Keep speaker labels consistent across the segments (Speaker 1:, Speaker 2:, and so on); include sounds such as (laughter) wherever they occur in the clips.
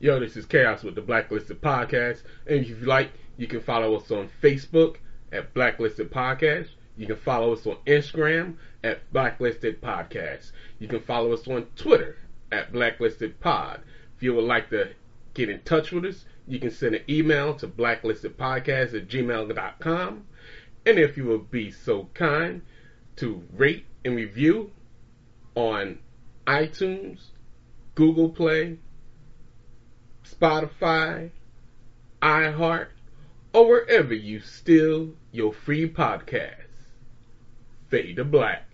Speaker 1: Yo, this is Chaos with the Blacklisted Podcast. And if you like, you can follow us on Facebook at Blacklisted Podcast. You can follow us on Instagram at Blacklisted Podcast. You can follow us on Twitter at Blacklisted Pod. If you would like to get in touch with us, you can send an email to blacklistedpodcast at gmail.com. And if you would be so kind to rate and review on iTunes, Google Play, Spotify, iHeart, or wherever you steal your free podcast. Fade to Black.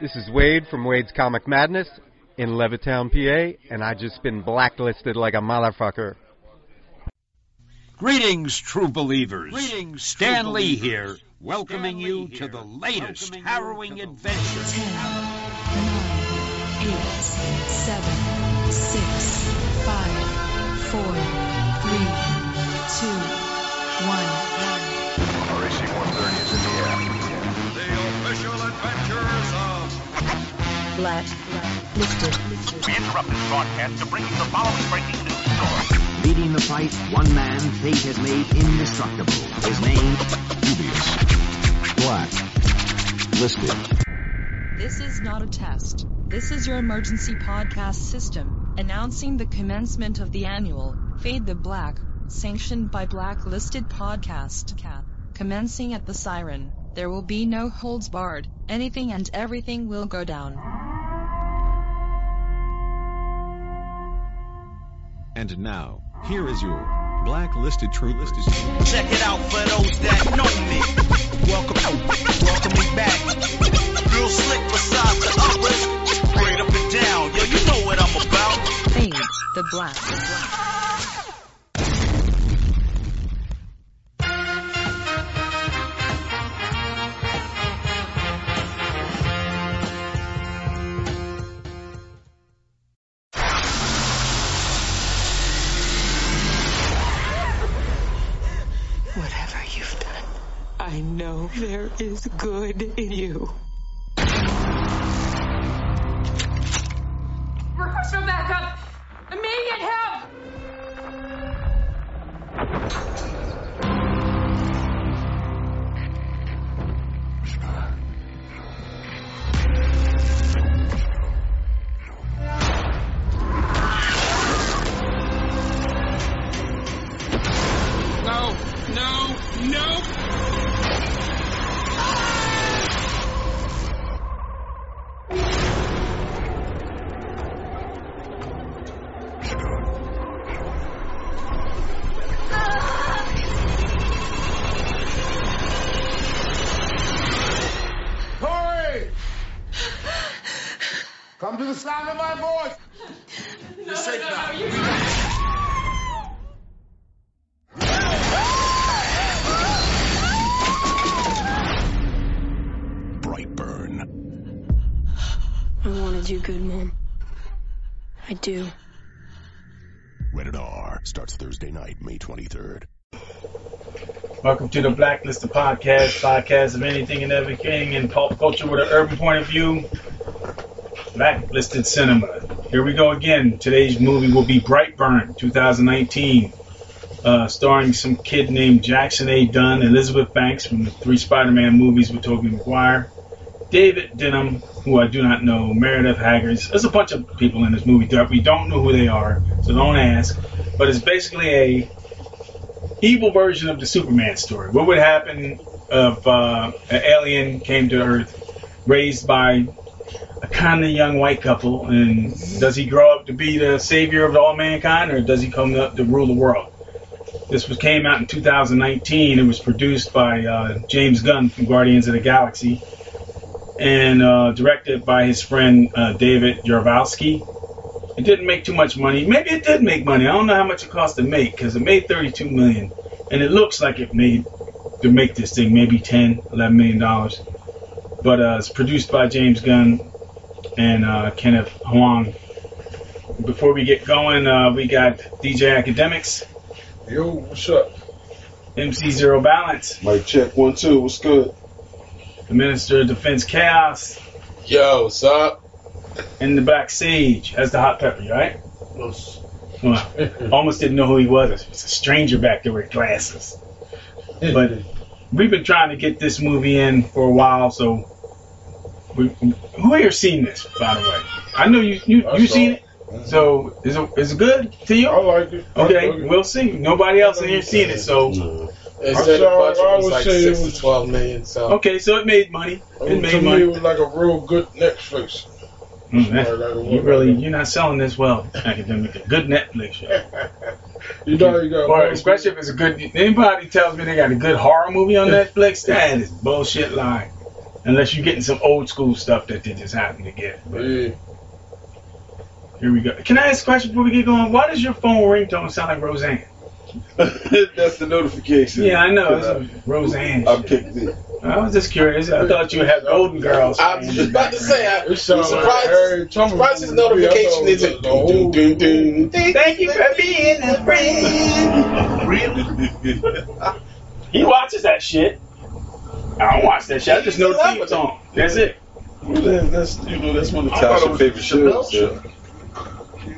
Speaker 2: This is Wade from Wade's Comic Madness in Levittown, PA, and I just been blacklisted like a motherfucker.
Speaker 3: Greetings, true believers.
Speaker 4: Greetings,
Speaker 3: Stan
Speaker 4: true
Speaker 3: Lee
Speaker 4: believers.
Speaker 3: here, welcoming
Speaker 4: Stan
Speaker 3: you
Speaker 4: Lee
Speaker 3: to
Speaker 4: here,
Speaker 3: the latest
Speaker 4: welcoming you
Speaker 3: harrowing
Speaker 4: to the
Speaker 3: adventure.
Speaker 5: Ten, nine, eight, seven, six, five, four, three, two, one.
Speaker 6: RAC 130 is in the air. The official adventures of
Speaker 5: Black, lifted,
Speaker 7: We interrupt this broadcast to bring you the following breaking news story.
Speaker 8: Leading the fight, one man fate has made indestructible. His name, Dubious. Black. Listed.
Speaker 9: This is not a test. This is your emergency podcast system announcing the commencement of the annual Fade the Black, sanctioned by Blacklisted Podcast Cat. Commencing at the siren, there will be no holds barred. Anything and everything will go down.
Speaker 10: And now, here is your blacklisted true listed.
Speaker 4: Check it out for those that know me. Welcome, welcome me back. Real slick besides the others. Straight up and down, yo, you know what I'm about.
Speaker 9: Fade the Black.
Speaker 11: Whatever you've done, I know there is good in you.
Speaker 12: Request for backup! Immediate help!
Speaker 4: No, no, no.
Speaker 13: Hurry! Come to the sound of my voice. You're safe now. We got you.
Speaker 14: Brightburn. I want to do good, Mom. I do.
Speaker 7: Rated R starts Thursday night, May 23rd.
Speaker 15: Welcome to the Blacklisted Podcast, podcast of anything and everything in pop culture with an urban point of view. Blacklisted Cinema. Here we go again. Today's movie will be Brightburn, 2019, uh, starring some kid named Jackson A. Dunn, Elizabeth Banks from the three Spider-Man movies with Tobey Maguire, David Denham, who I do not know, Meredith Haggard. There's a bunch of people in this movie that we don't know who they are, so don't ask. But it's basically a evil version of the Superman story. What would happen if uh, an alien came to Earth, raised by a kind of young white couple, and uh, does he grow up to be the savior of all mankind, or does he come up to rule the world? This was came out in 2019. It was produced by uh, James Gunn from Guardians of the Galaxy, and uh, directed by his friend uh, David Yarvowski. It didn't make too much money. Maybe it did make money. I don't know how much it cost to make because it made 32 million, and it looks like it made to make this thing maybe 10, 11 million dollars. But uh, it's produced by James Gunn and uh, Kenneth Huang. Before we get going, uh, we got DJ Academics. Yo, what's up? MC Zero Balance. Mike check one two. What's good? The Minister of Defense Chaos. Yo, what's up? In the back, Sage. That's the hot pepper, right?
Speaker 10: close.
Speaker 15: (laughs) Well, almost didn't know who he was. It was a stranger back there with glasses. But we've been trying to get this movie in for a while, so we, who here seen this, by the way? I know you you, you seen it. So is it is it good to you? I
Speaker 10: like it.
Speaker 15: Okay, we'll see. Nobody else in here seen it, so
Speaker 10: They said the budget was like six to twelve million. So
Speaker 15: okay, so it made money. It
Speaker 10: Oh, to
Speaker 15: made
Speaker 10: me,
Speaker 15: money.
Speaker 10: it was like a real good Netflix.
Speaker 15: Mm, that- you really you're not selling this well, academic. Good Netflix show.
Speaker 10: You know, you got
Speaker 15: Or especially if it's a good. Anybody tells me they got a good horror movie on Netflix, that is bullshit line. Unless you're getting some old school stuff that they just happen to get. But here we go. Can I ask a question before we get going? Why does your phone ringtone sound like Roseanne?
Speaker 11: (laughs) That's the notification.
Speaker 15: Yeah, I know.
Speaker 11: Can
Speaker 15: It's a Roseanne.
Speaker 11: I
Speaker 15: shit.
Speaker 11: picked it.
Speaker 15: I was just curious. I thought you had Golden
Speaker 11: (laughs)
Speaker 15: Girls.
Speaker 11: I was just about to say, I,
Speaker 15: It
Speaker 11: am
Speaker 15: sound
Speaker 11: surprised,
Speaker 15: like Harry
Speaker 11: surprised his notification is a doom, doom, doom,
Speaker 15: Thank you for being a
Speaker 11: (laughs)
Speaker 15: friend. He watches that shit. I don't watch that shit. I just know the theme song. That's it.
Speaker 11: That's, you know, that's one of Tasha's favorite shows. yeah.
Speaker 10: (laughs)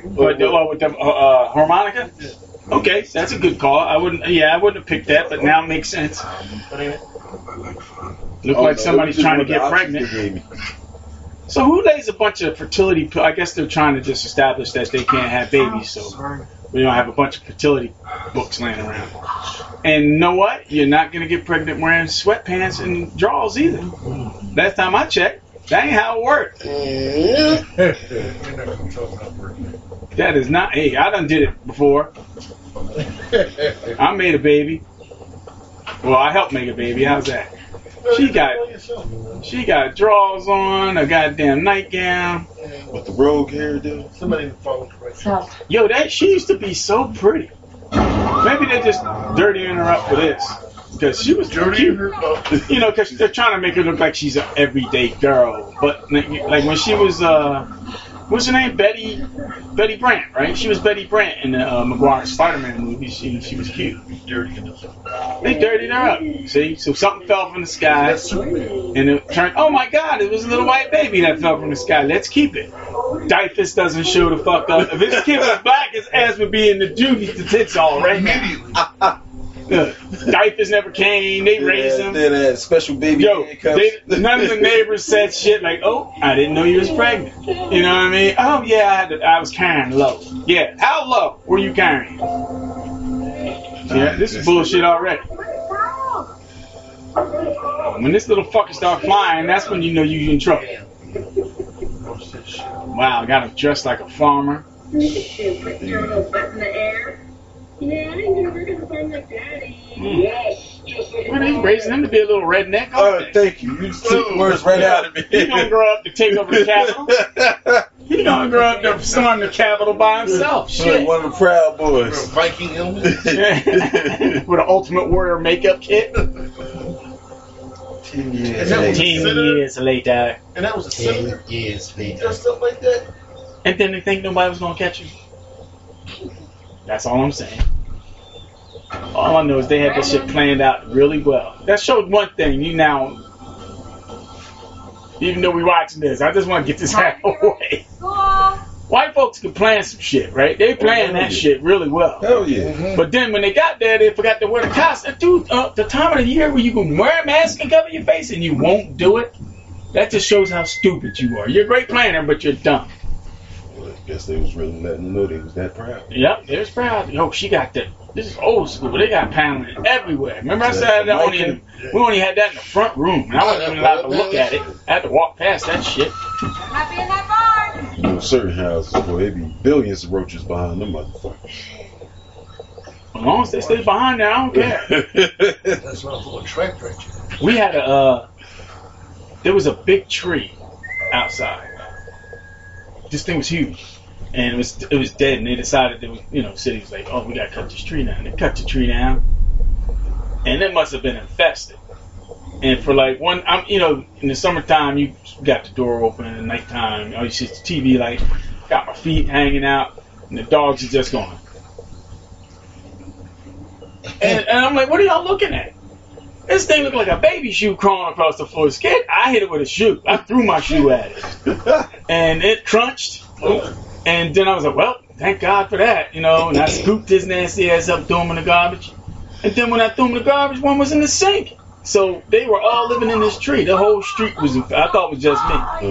Speaker 15: But the one with the uh, uh, harmonica. Okay, that's a good call. I wouldn't. Yeah, I wouldn't have picked that, but now it makes sense. Look
Speaker 11: Oh, no,
Speaker 15: like somebody's
Speaker 11: it was just
Speaker 15: trying to
Speaker 11: one
Speaker 15: get
Speaker 11: of the
Speaker 15: pregnant.
Speaker 11: options they gave me.
Speaker 15: So who lays a bunch of fertility? pill- I guess they're trying to just establish that they can't have babies, so we don't have a bunch of fertility books laying around. And you know what? You're not gonna get pregnant wearing sweatpants and drawers either. Last time I checked, that ain't how it works. That is not. Hey, I done did it before. I made a baby. Well, I helped make a baby. How's that? She got she got drawers on, a goddamn nightgown. With the rogue hair, dude.
Speaker 10: Somebody phone right
Speaker 15: Yo, that she used to be so pretty. Maybe they're just dirtying her up for this. Because she was dirty. You know, because they're trying to make her look like she's an everyday girl. But, like, like when she was, uh, what's her name? Betty Betty Brant, right? She was Betty Brant in the uh, McGuire Spider Man movie. She, she was cute. Dirty They dirtied her up. See? So something fell from the sky. And it turned, oh my God, it was a little white baby that fell from the sky. Let's keep it. Dyfus doesn't show the fuck up. If his kid was black, his ass would be in the duty statistics already. (laughs) Immediately. Dyfus never came. They raised him.
Speaker 11: Then that special baby.
Speaker 15: Yo, they, none
Speaker 11: (laughs)
Speaker 15: of the neighbors said shit like, "Oh, I didn't know you was pregnant." You know what I mean? Oh yeah, I, had to, I was carrying low. Yeah, how low were you carrying? Yeah, this is bullshit already. When this little fucker start flying, that's when you know you in trouble. Wow, got him dressed like a farmer.
Speaker 16: Yeah, I ain't gonna work as a farm like daddy.
Speaker 11: Mm.
Speaker 15: Yes, Well, they raising him to be a little redneck. Oh,
Speaker 11: thank you. You just took words right out
Speaker 3: (laughs)
Speaker 11: of me.
Speaker 15: He's gonna grow up to take
Speaker 11: (laughs)
Speaker 15: over the capital. He's gonna grow up to storm the capital by himself. Shit.
Speaker 11: One of the Proud Boys.
Speaker 15: Viking helmet (laughs) with an Ultimate Warrior makeup kit. Ten
Speaker 10: And
Speaker 15: years,
Speaker 10: that was considered-
Speaker 15: later.
Speaker 10: And that was a senator?
Speaker 15: years
Speaker 10: Just stuff like that?
Speaker 15: And then they think nobody was gonna catch him. That's all I'm saying. All I know is they had that shit planned out really well. That showed one thing. You now, even though we watching this, I just want to get this out of the way. White folks can plan some shit, right? They planned that shit really well.
Speaker 11: Hell yeah.
Speaker 15: But then when they got there, they forgot to wear the costume. Dude, uh, the time of the year where you can wear a mask and cover your face and you won't do it, that just shows how stupid you are. You're a great planner, but you're dumb.
Speaker 11: I guess they was really letting them know they was that proud.
Speaker 15: Yep, there's proud. Yo, she got the. This is old school. They got paneling everywhere. Remember, I said that only in, we only had that in the front room, and I wasn't even allowed to look at it. I had to walk past that shit.
Speaker 12: Happy in that barn.
Speaker 11: You know, certain houses, boy, they be billions of roaches behind them motherfuckers.
Speaker 15: As long as they stay behind there, I don't care.
Speaker 10: That's what I was going to right
Speaker 15: We had a. Uh, there was a big tree outside. This thing was huge, and it was it was dead. And they decided they was you know city was like, oh, we gotta cut this tree down. They cut the tree down, and it must have been infested. And for like one, I'm you know in the summertime you got the door open, and at nighttime all you see is the TV light. Got my feet hanging out, and the dogs are just going. And, and I'm like, what are y'all looking at? This thing looked like a baby shoe crawling across the floor. Scared, I hit it with a shoe. I threw my shoe at it, and it crunched. And then I was like, well, thank God for that, you know. And I scooped his nasty ass up, threw him in the garbage. And then when I threw him in the garbage, one was in the sink. So they were all living in this tree. The whole street was, I thought it was just me.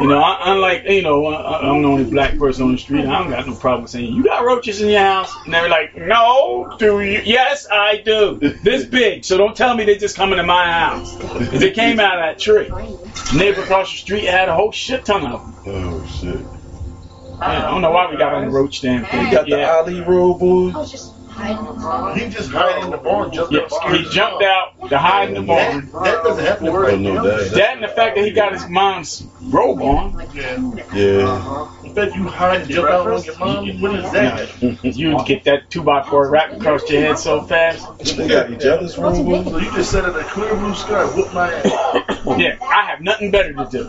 Speaker 15: You know, I, unlike, you know, I, I'm the only black person on the street. I don't got no problem saying, you got roaches in your house? And they were like, no, do you? Yes, I do. This big. So don't tell me they just coming to my house. 'Cause they came out of that tree. Neighbor across the street had a whole shit ton of them.
Speaker 11: Oh shit.
Speaker 15: Yeah, I don't know why we got on the roach damn thing.
Speaker 11: You got the
Speaker 15: yeah.
Speaker 11: alley roll, boy.
Speaker 16: I was just hiding the
Speaker 1: He can just hide in the barn, just
Speaker 15: Yes, he jumped out to hide in the barn.
Speaker 1: That, that doesn't have to worry.
Speaker 11: Oh, no, that,
Speaker 15: That and the fact that he got his mom's robe on.
Speaker 11: that- yeah.
Speaker 1: I bet you hide jump out on your mom. What is that?
Speaker 15: You would get that two by four wrapped across your head so fast. (coughs)
Speaker 11: They got each other's room, boy.
Speaker 1: So you just said it a clear blue sky. Whoop my ass.
Speaker 15: Yeah, I have nothing better to do.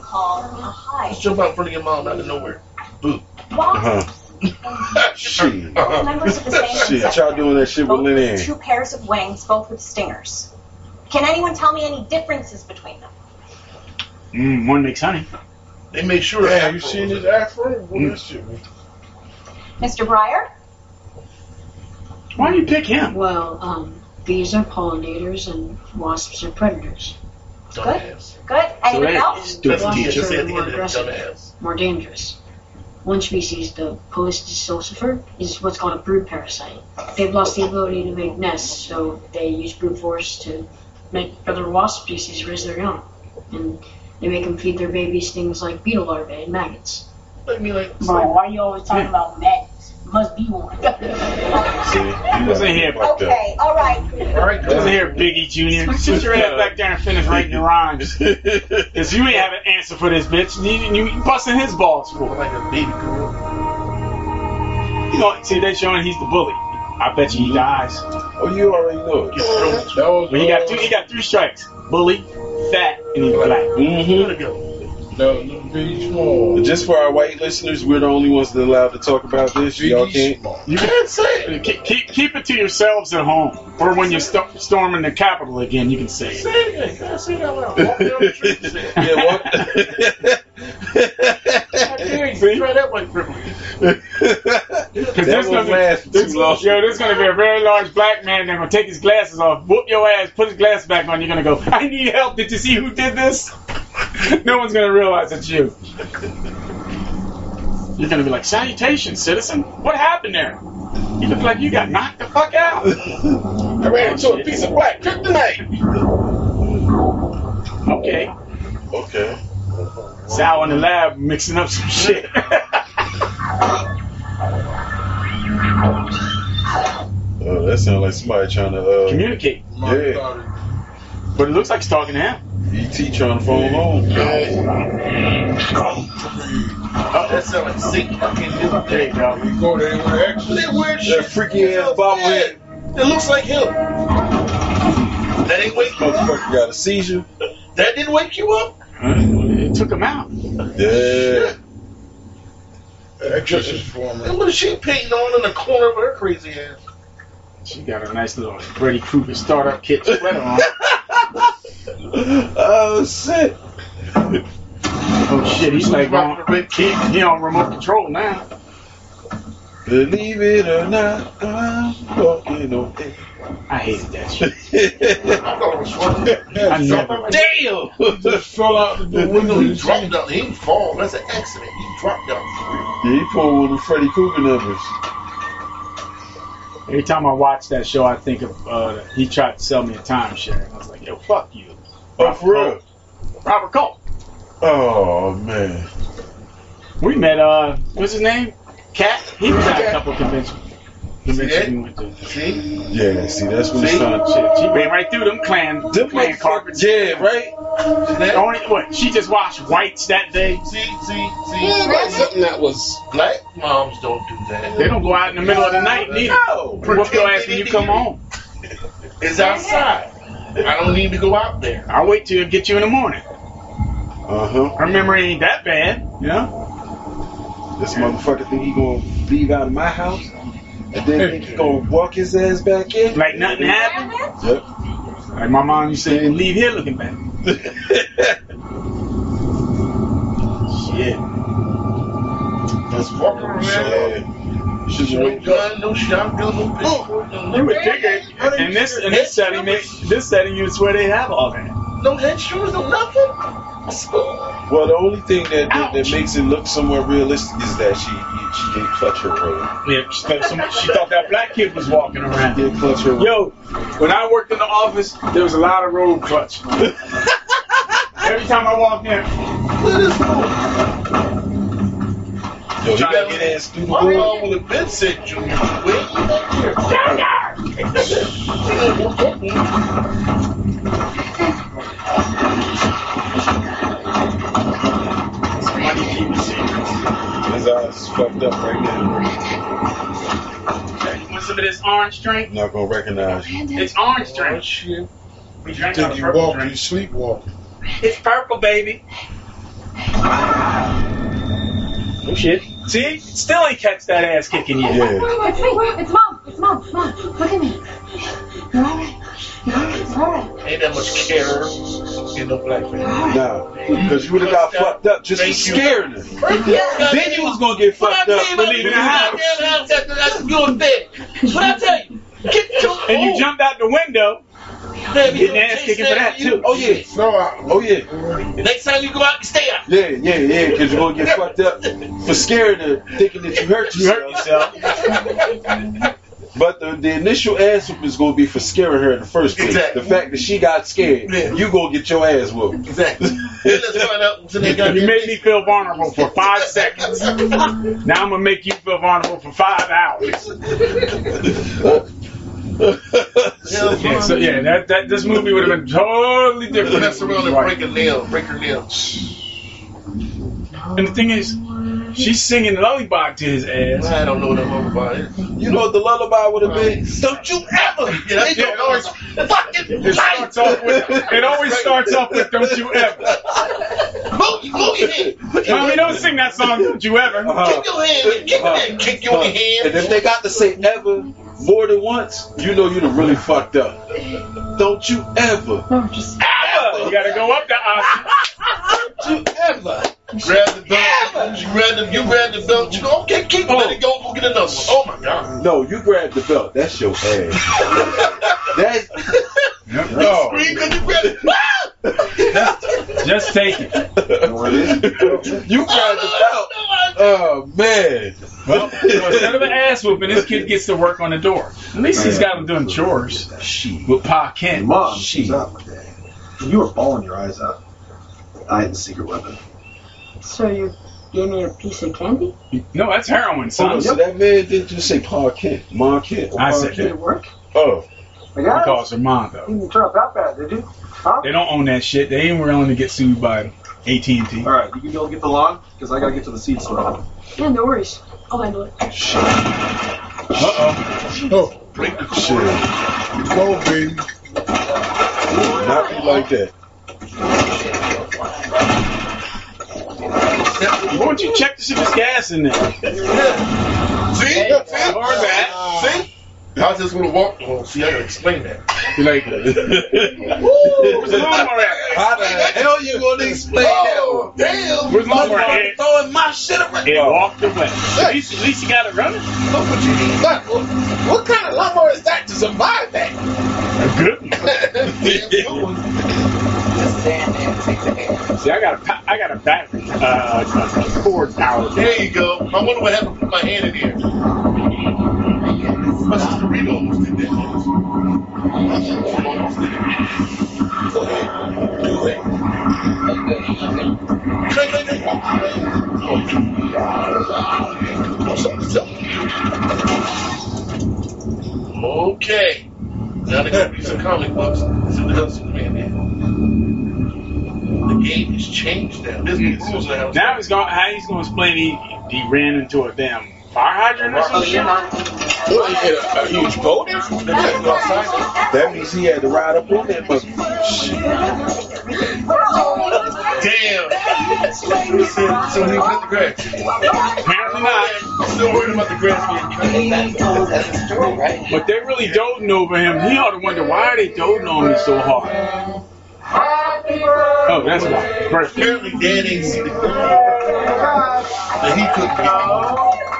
Speaker 1: Just jump out in front of your mom out of nowhere. Boom.
Speaker 11: Uh-huh. Shit.
Speaker 16: Members
Speaker 11: (laughs)
Speaker 16: of the same
Speaker 11: Shit, y'all doing that shit with Lynn
Speaker 16: two
Speaker 11: Ann.
Speaker 16: pairs of wings, both with stingers. Can anyone tell me any differences between them?
Speaker 15: Mm, one makes honey.
Speaker 1: They make sure.
Speaker 11: Yeah, you seen his afro? What
Speaker 15: Mm.
Speaker 11: is shit?
Speaker 16: Mr. Breyer?
Speaker 15: Why do you pick him?
Speaker 9: Well, um, bees are pollinators and wasps are predators.
Speaker 1: Dumbass.
Speaker 16: Good. Anyone else?
Speaker 1: That's what
Speaker 9: Wasps
Speaker 1: teacher
Speaker 9: are
Speaker 1: said at the
Speaker 9: more
Speaker 1: end of
Speaker 9: aggressive,
Speaker 1: dumbass.
Speaker 9: more dangerous. One species, the Polistes sulcifer, is what's called a brood parasite. They've lost the ability to make nests, so they use brute force to make other wasp species raise their young. And they make them feed their babies things like beetle larvae and maggots.
Speaker 1: Like me, like.
Speaker 16: Boy, why you always talking about maggots? Must be one.
Speaker 11: See? You
Speaker 15: Listen
Speaker 11: got
Speaker 15: here.
Speaker 11: fucked up.
Speaker 16: okay, all right.
Speaker 1: All right,
Speaker 15: Listen
Speaker 1: guys.
Speaker 15: here, Biggie Jr. Sit your ass back there and finish writing your (laughs) rhymes. Because you ain't have an answer for this bitch. You, you busting his balls for it.
Speaker 1: Like a baby girl.
Speaker 15: You know, see, they showing he's the bully. I bet you he dies.
Speaker 11: Mm-hmm. Oh, you already know
Speaker 1: Get
Speaker 11: it.
Speaker 1: thrown.
Speaker 11: That was,
Speaker 15: But he got two. He got three strikes: bully, fat, and he's black.
Speaker 1: You
Speaker 11: Mm-hmm.
Speaker 1: gotta go.
Speaker 11: Just for our white listeners, we're the only ones that allowed to talk about this. Y'all can't.
Speaker 15: You can say it. Keep, keep, keep it to yourselves at home, or when you're sto- storming the Capitol again, you can say it.
Speaker 1: Say it. again. Say it out loud. Walk down the street and say it.
Speaker 11: Yeah, what?
Speaker 15: Because
Speaker 1: Try that white privilege.
Speaker 15: there's
Speaker 11: that
Speaker 15: gonna
Speaker 11: won't
Speaker 15: be
Speaker 11: last for
Speaker 15: this,
Speaker 11: too long.
Speaker 15: yo, there's gonna be a very large black man that's gonna take his glasses off, whoop your ass, put his glasses back on. You're gonna go, I need help. Did you see who did this? (laughs) no one's gonna realize it's you. You're gonna be like, salutations, citizen. What happened there? You look like you got knocked the fuck out. (laughs) I ran into a piece of black kryptonite. Okay.
Speaker 11: (laughs) Okay.
Speaker 15: Sal in the lab mixing up some shit. (laughs)
Speaker 11: Oh, that sounds like somebody trying to uh,
Speaker 15: Communicate.
Speaker 11: yeah,
Speaker 15: But it looks like he's talking to him.
Speaker 11: ET trying to phone home.
Speaker 1: That sound like sick. I can't do it.
Speaker 15: There you go.
Speaker 11: Go there and
Speaker 1: Look at That weird shit.
Speaker 11: That freaky ass bobblehead.
Speaker 1: It looks like him. That ain't wake you up.
Speaker 11: Motherfucker got a seizure.
Speaker 1: That didn't wake you up.
Speaker 15: It took him out.
Speaker 11: Yeah.
Speaker 1: Exorcist form. And what is she painting on in the corner with her crazy ass?
Speaker 15: She got a nice little Freddy Krueger startup kit sweater on.
Speaker 11: oh shit.
Speaker 15: oh shit, he's like
Speaker 1: Rocking
Speaker 15: on,
Speaker 1: a big
Speaker 15: he, he on remote control now.
Speaker 11: Believe it or not, I'm walking on air.
Speaker 15: I
Speaker 11: (laughs)
Speaker 15: hated that shit.
Speaker 1: I thought it was funny.
Speaker 15: I never.
Speaker 11: Damn. Just fell out
Speaker 1: The window he dropped down. He didn't fall. That's an accident. He dropped down.
Speaker 11: Yeah, he pulled one of the Freddy Krueger numbers.
Speaker 15: Every time I watch that show, I think of uh, he tried to sell me a timeshare. I was like, yo, fuck you.
Speaker 11: Oh, for real?
Speaker 15: Robert Culp.
Speaker 11: Oh man.
Speaker 15: We met, uh, what's his name? Cat. He was at a couple conventions. Conventions we went to.
Speaker 1: See?
Speaker 11: Yeah. See, that's when
Speaker 15: See?
Speaker 11: it's time. to-
Speaker 15: Shit, she ran right through them clan,
Speaker 11: Them
Speaker 15: clan carpets.
Speaker 11: motherfuckers- Yeah. Right.
Speaker 15: The
Speaker 1: Oh.
Speaker 15: only, what, she just watched whites that day?
Speaker 1: See, see, see. That's something that was black moms don't do that.
Speaker 15: They don't go out in the middle of the night neither.
Speaker 1: No.
Speaker 15: Whoop your ass when you come home.
Speaker 1: It's outside. I don't need to go out there.
Speaker 15: I'll wait till it get you in the morning.
Speaker 11: Uh huh.
Speaker 15: Her memory ain't that bad, you know?
Speaker 11: This motherfucker think he gonna leave out of my house, and then think he gonna walk his ass back in.
Speaker 15: Like nothing happened.
Speaker 11: Yep.
Speaker 15: Like my mom used to say, leave here looking back. Shit. But
Speaker 1: was walking around. She was with gun, no shotgun, no
Speaker 15: You would think it in this in this setting, they, this setting, you'd swear they have all that.
Speaker 1: No head shoes, no nothing.
Speaker 10: Well, the only thing that that, that makes it look somewhat realistic is that she she did clutch her robe.
Speaker 15: Yeah, she thought, some, she thought that black kid was walking around.
Speaker 10: She did clutch her robe.
Speaker 15: Yo, when I worked in the office, there was a lot of
Speaker 10: (laughs)
Speaker 15: road clutch. Every time I walked in, what is
Speaker 10: Yo, you gotta get ass through the
Speaker 1: Why
Speaker 10: door.
Speaker 1: y'all would have been sent, Junior? Where you back here? Junior!
Speaker 10: His eyes fucked up right now.
Speaker 15: Want some of this orange drink?
Speaker 10: Not gonna recognize you.
Speaker 15: It's orange drink. We drank out
Speaker 10: Think Oh,
Speaker 15: of
Speaker 10: you
Speaker 15: purple
Speaker 10: walk,
Speaker 15: drink.
Speaker 10: you sleepwalk.
Speaker 15: It's purple, baby. Oh shit. See? Still ain't catch that ass kicking you.
Speaker 12: It's me. It's mom. It's mom. Mom, look at me. You're all right. You're all right. It's all right.
Speaker 1: Ain't that much care in no black man.
Speaker 10: No, because you would have got fucked up just for scaring her.
Speaker 1: Yeah.
Speaker 10: Then you was gonna get fucked up for leaving the house.
Speaker 1: That's your thing. What I tell you? Get your
Speaker 15: And you jumped out the window. Getting ass kicking for that too.
Speaker 10: Oh yeah, no, I, oh yeah,
Speaker 1: Next time you go out, stay out.
Speaker 10: yeah, yeah, yeah. Because you're gonna get fucked up for scaring her, thinking that you hurt
Speaker 15: You hurt
Speaker 10: yourself.
Speaker 15: yourself.
Speaker 10: But the, the initial ass whoop is gonna be for scaring her in the first place.
Speaker 1: Exactly.
Speaker 10: The fact that she got scared, you gonna get your ass whooped. (laughs)
Speaker 1: Exactly. Then let's find out what's in that
Speaker 15: You
Speaker 1: goddamn.
Speaker 15: made me feel vulnerable for five seconds. Now I'm gonna make you feel vulnerable for five hours. Yeah, so yeah, that, that this movie would have been totally different.
Speaker 1: Mess around and
Speaker 15: Right.
Speaker 1: break a nail. Break her nail.
Speaker 15: And the thing is, she's singing lullaby to his ass.
Speaker 1: I don't know what I'm about.
Speaker 10: You know what the lullaby would have been?
Speaker 1: Don't you ever
Speaker 15: Yeah, that's
Speaker 1: in your
Speaker 15: it. Always-
Speaker 1: fucking life
Speaker 15: It starts off with it always starts off with "Don't you ever."
Speaker 1: move, move your hand. Put your
Speaker 15: Mommy,
Speaker 1: hand-
Speaker 15: don't sing that song "Don't you ever."
Speaker 1: Kick your hand. Kick your hand. Kick your hand.
Speaker 10: And if they got to say ever more than once, you know you done really fucked up. Don't you ever,
Speaker 12: No, just
Speaker 15: You gotta go up the octave.
Speaker 10: don't you ever.
Speaker 1: Grab the belt. You grab the, you grab the belt. You go, okay, keep Let it go. Go get another one. Oh my God.
Speaker 10: No, you grabbed the belt. That's your ass. That's no.
Speaker 1: Scream because you grabbed it. Ah!
Speaker 15: Just take it.
Speaker 10: you grabbed the belt.
Speaker 1: Oh,
Speaker 10: Oh man.
Speaker 15: Well, so instead of an ass whooping, this kid gets to work on the door. At least he's got him doing chores with Pa Kent.
Speaker 11: Mom, she's up with that. And you were bawling your eyes out. I had the secret weapon.
Speaker 17: So you gave me a piece of candy?
Speaker 15: No, that's heroin,
Speaker 10: Hold
Speaker 15: son.
Speaker 10: on, so that man didn't just say Pa Kent, Ma Kent. or
Speaker 15: I
Speaker 10: Pa
Speaker 15: said
Speaker 17: Did it
Speaker 10: Kent.
Speaker 17: work?
Speaker 10: Oh,
Speaker 11: I
Speaker 15: He
Speaker 11: got it.
Speaker 15: calls her mom though.
Speaker 11: You didn't drop out bad, did you? Huh?
Speaker 15: They don't own that shit. They ain't willing to get sued by AT&T.
Speaker 11: All right, you can go get the lawn because I gotta get to the seed store.
Speaker 17: Yeah, no worries. I'll handle it.
Speaker 15: Uh-oh.
Speaker 18: Oh,
Speaker 1: Break the
Speaker 10: shit.
Speaker 18: go, baby.
Speaker 10: Not be like that.
Speaker 15: Why don't you check to see if there's gas in there?
Speaker 1: See? See?
Speaker 15: Or that.
Speaker 1: See? I just would have walked. Well, see, I gotta explain that.
Speaker 15: You like Where's Lumber at?
Speaker 10: How the hell you gonna explain
Speaker 1: Oh, damn.
Speaker 15: Where's
Speaker 1: My
Speaker 15: Lumber at?
Speaker 1: throwing my shit around.
Speaker 15: It walked away. At least, at least you got it running.
Speaker 1: Look what you need. Look, what, what kind of lawnmower is that to survive that?
Speaker 15: A good
Speaker 1: (laughs)
Speaker 15: one. See, I got a, pa- I got a battery, uh, a cord powered.
Speaker 1: there you go. I wonder what happened to my hand in here. My sister Rita almost did that. My sister almost did it. Go ahead. Do it. Drink, drink, drink. Okay. Now there's gonna be some comic books. It's in the Hudson man there. The game has changed now. There's new rules now.
Speaker 15: Now he's going. How he's going to explain he he ran into a damn fire hydrant or some shit?
Speaker 10: What, he hit a, a huge boulder? That means he had to ride up on that motherfucker.
Speaker 1: Damn. so he cut the grass.
Speaker 15: Apparently not.
Speaker 1: Still worried about the grass being cut.
Speaker 15: But they really doting over him. He ought to wonder why are they doting on me so hard. Oh, that's why. Birthday.
Speaker 1: Apparently, Dan ain't seen the that he couldn't be.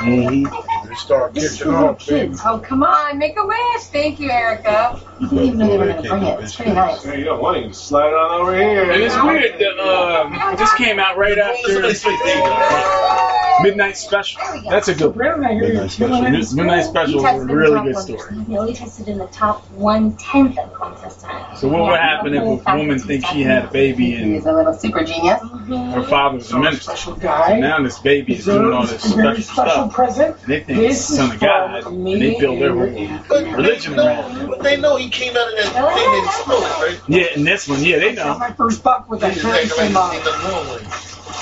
Speaker 1: Mm-hmm. They start
Speaker 12: This is
Speaker 1: catching
Speaker 12: for little
Speaker 1: on.
Speaker 12: kids. Oh, come on, make a wish. Thank you, Erica. You didn't even know they were going to bring it. It's pretty nice.
Speaker 11: Hey, yo, money can slide on over here.
Speaker 15: And it's weird that um, this came out right after Midnight Special. That's a good one. Midnight Special. Midnight Special is a really good story.
Speaker 16: He only tested in the top one tenth of contest time.
Speaker 15: So what would happen if a woman thinks she had a baby and
Speaker 12: He's a little super genius.
Speaker 15: her father's a minister?
Speaker 12: guy.
Speaker 15: And now this baby is doing all this special stuff.
Speaker 12: present.
Speaker 15: And they think it's the son of God, and they build their whole religion around it.
Speaker 1: But they know he came out of that thing and exploded, right?
Speaker 15: Yeah, and this one, yeah, they know.
Speaker 12: My first buck with that very same model.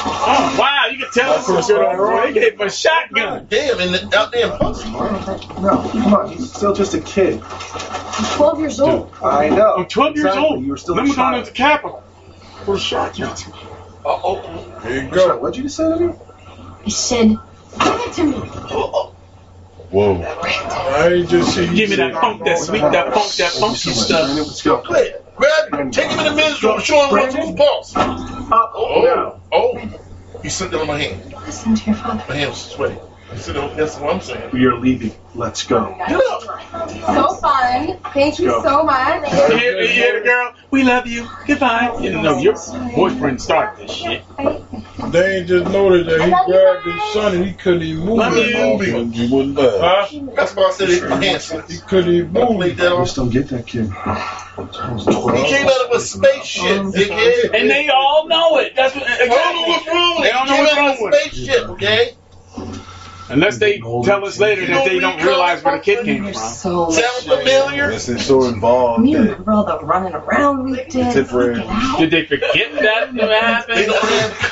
Speaker 15: Oh, wow, you can tell this was good overall. They gave him a shotgun.
Speaker 1: Damn, and the, out there in public.
Speaker 11: No, come on, he's still just a kid.
Speaker 12: He's 12 years old.
Speaker 11: I know.
Speaker 15: I'm 12 years
Speaker 11: Exactly,
Speaker 15: old.
Speaker 11: You were still
Speaker 15: Remember
Speaker 11: a
Speaker 15: going
Speaker 11: child.
Speaker 15: into Capitol for a shotgun.
Speaker 1: Uh-oh. There you
Speaker 11: Sorry, What'd you just say to me?
Speaker 16: He said, "Give it to me."
Speaker 1: Whoa. I ain't just see
Speaker 15: Give me that funk, that sweet, that funk, that funky stuff.
Speaker 1: Grab him, take him in the men's room, show him what's his pulse. Oh, oh. He slipped it on my hand.
Speaker 16: Listen to your father.
Speaker 1: My hand was sweaty. He said, oh, that's what I'm saying.
Speaker 11: We are leaving. Let's go.
Speaker 1: Get up.
Speaker 12: So fun. Thank you
Speaker 15: Go.
Speaker 12: so much.
Speaker 15: You hear, you hear the girl? We love you. Goodbye. You know, your boyfriend started this shit.
Speaker 1: They ain't just noticed that he grabbed his son and he couldn't even move.
Speaker 15: Love
Speaker 1: it.
Speaker 15: you.
Speaker 1: You wouldn't laugh. Huh? That's why I said it. My hand slipped. He couldn't even move. I played that
Speaker 11: We
Speaker 1: on.
Speaker 11: still get that
Speaker 1: He
Speaker 11: kid.
Speaker 1: came out of a spaceship, dickhead.
Speaker 15: And they all know it. That's what,
Speaker 1: I don't know what's wrong with
Speaker 15: They
Speaker 1: it.
Speaker 15: don't
Speaker 1: He
Speaker 15: know
Speaker 1: came
Speaker 15: what's
Speaker 1: out
Speaker 15: wrong
Speaker 1: of
Speaker 15: with
Speaker 1: a
Speaker 15: it.
Speaker 1: spaceship, okay?
Speaker 15: Unless they tell us later that they don't realize where the kid came from.
Speaker 12: So
Speaker 1: Sound familiar?
Speaker 11: Listen, so involved
Speaker 12: me and my brother running around we did.
Speaker 11: temporary.
Speaker 15: Did they forget that happened?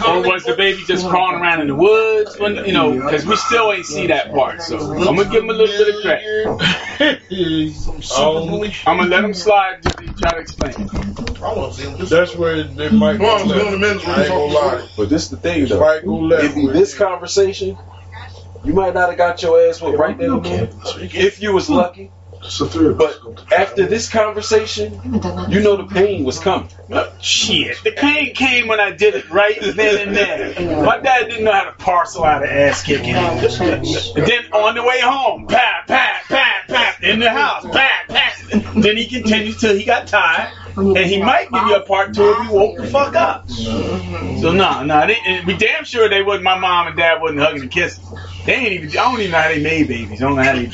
Speaker 15: Or was the baby just crawling around in the woods? When, you know, because we still ain't see that part. So I'm gonna give him a little bit of credit.
Speaker 3: Oh,
Speaker 15: I'm gonna let him slide. Just to try to explain. it.
Speaker 1: I want to see him.
Speaker 19: That's where they might go
Speaker 1: Mom's doing the
Speaker 19: left.
Speaker 1: men's room.
Speaker 19: I ain't gonna lie.
Speaker 11: But this is the thing, though.
Speaker 19: Might go left
Speaker 11: It'd be
Speaker 19: with
Speaker 11: this conversation. You might not have got your ass whooped right there in the moment, if you was lucky.
Speaker 1: So three of
Speaker 11: But after this conversation, you know the pain was coming.
Speaker 15: Shit, the pain came when I did it right then and there. My dad didn't know how to parcel out an ass kicking. And then on the way home, pat, pat, pat, pat, in the house, pat, pat. Then he continues till he got tired, and he might give you a part two if you woke the fuck up. So no, no, they, and we damn sure they would. not My mom and dad wouldn't hug and kiss. They ain't even. I don't even know how they made babies. I don't know how they.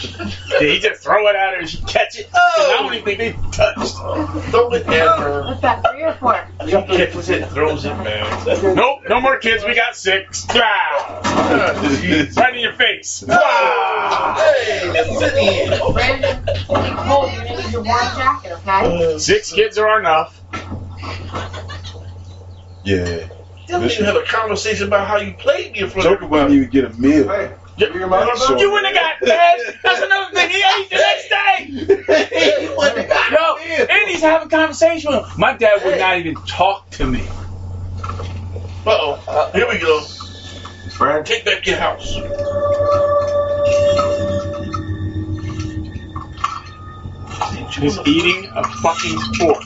Speaker 15: They just throw it at her and she catch it. Oh, I don't even think they touched.
Speaker 1: Don't let that
Speaker 12: What's that, three or four?
Speaker 1: catches it, throws it down.
Speaker 15: Nope, no more kids. We got six. Ah, right in your face.
Speaker 1: Oh!
Speaker 15: Ah.
Speaker 1: Hey, just sit in.
Speaker 12: Brandon, it's cold. You're going to need your warm jacket, okay?
Speaker 15: Six kids are enough.
Speaker 19: Yeah.
Speaker 1: Didn't even have a conversation about how you played me in front
Speaker 19: Joker
Speaker 1: of
Speaker 19: wouldn't even get a meal.
Speaker 15: You wouldn't have got that. That's another thing. He ate the next
Speaker 1: (laughs)
Speaker 15: day.
Speaker 1: Hey, you wouldn't have got
Speaker 15: No, and he's having a conversation with him. My dad would not even talk to me.
Speaker 1: Uh-oh. Here we go.
Speaker 11: Frank,
Speaker 1: Take back your house.
Speaker 15: He's eating a fucking fork.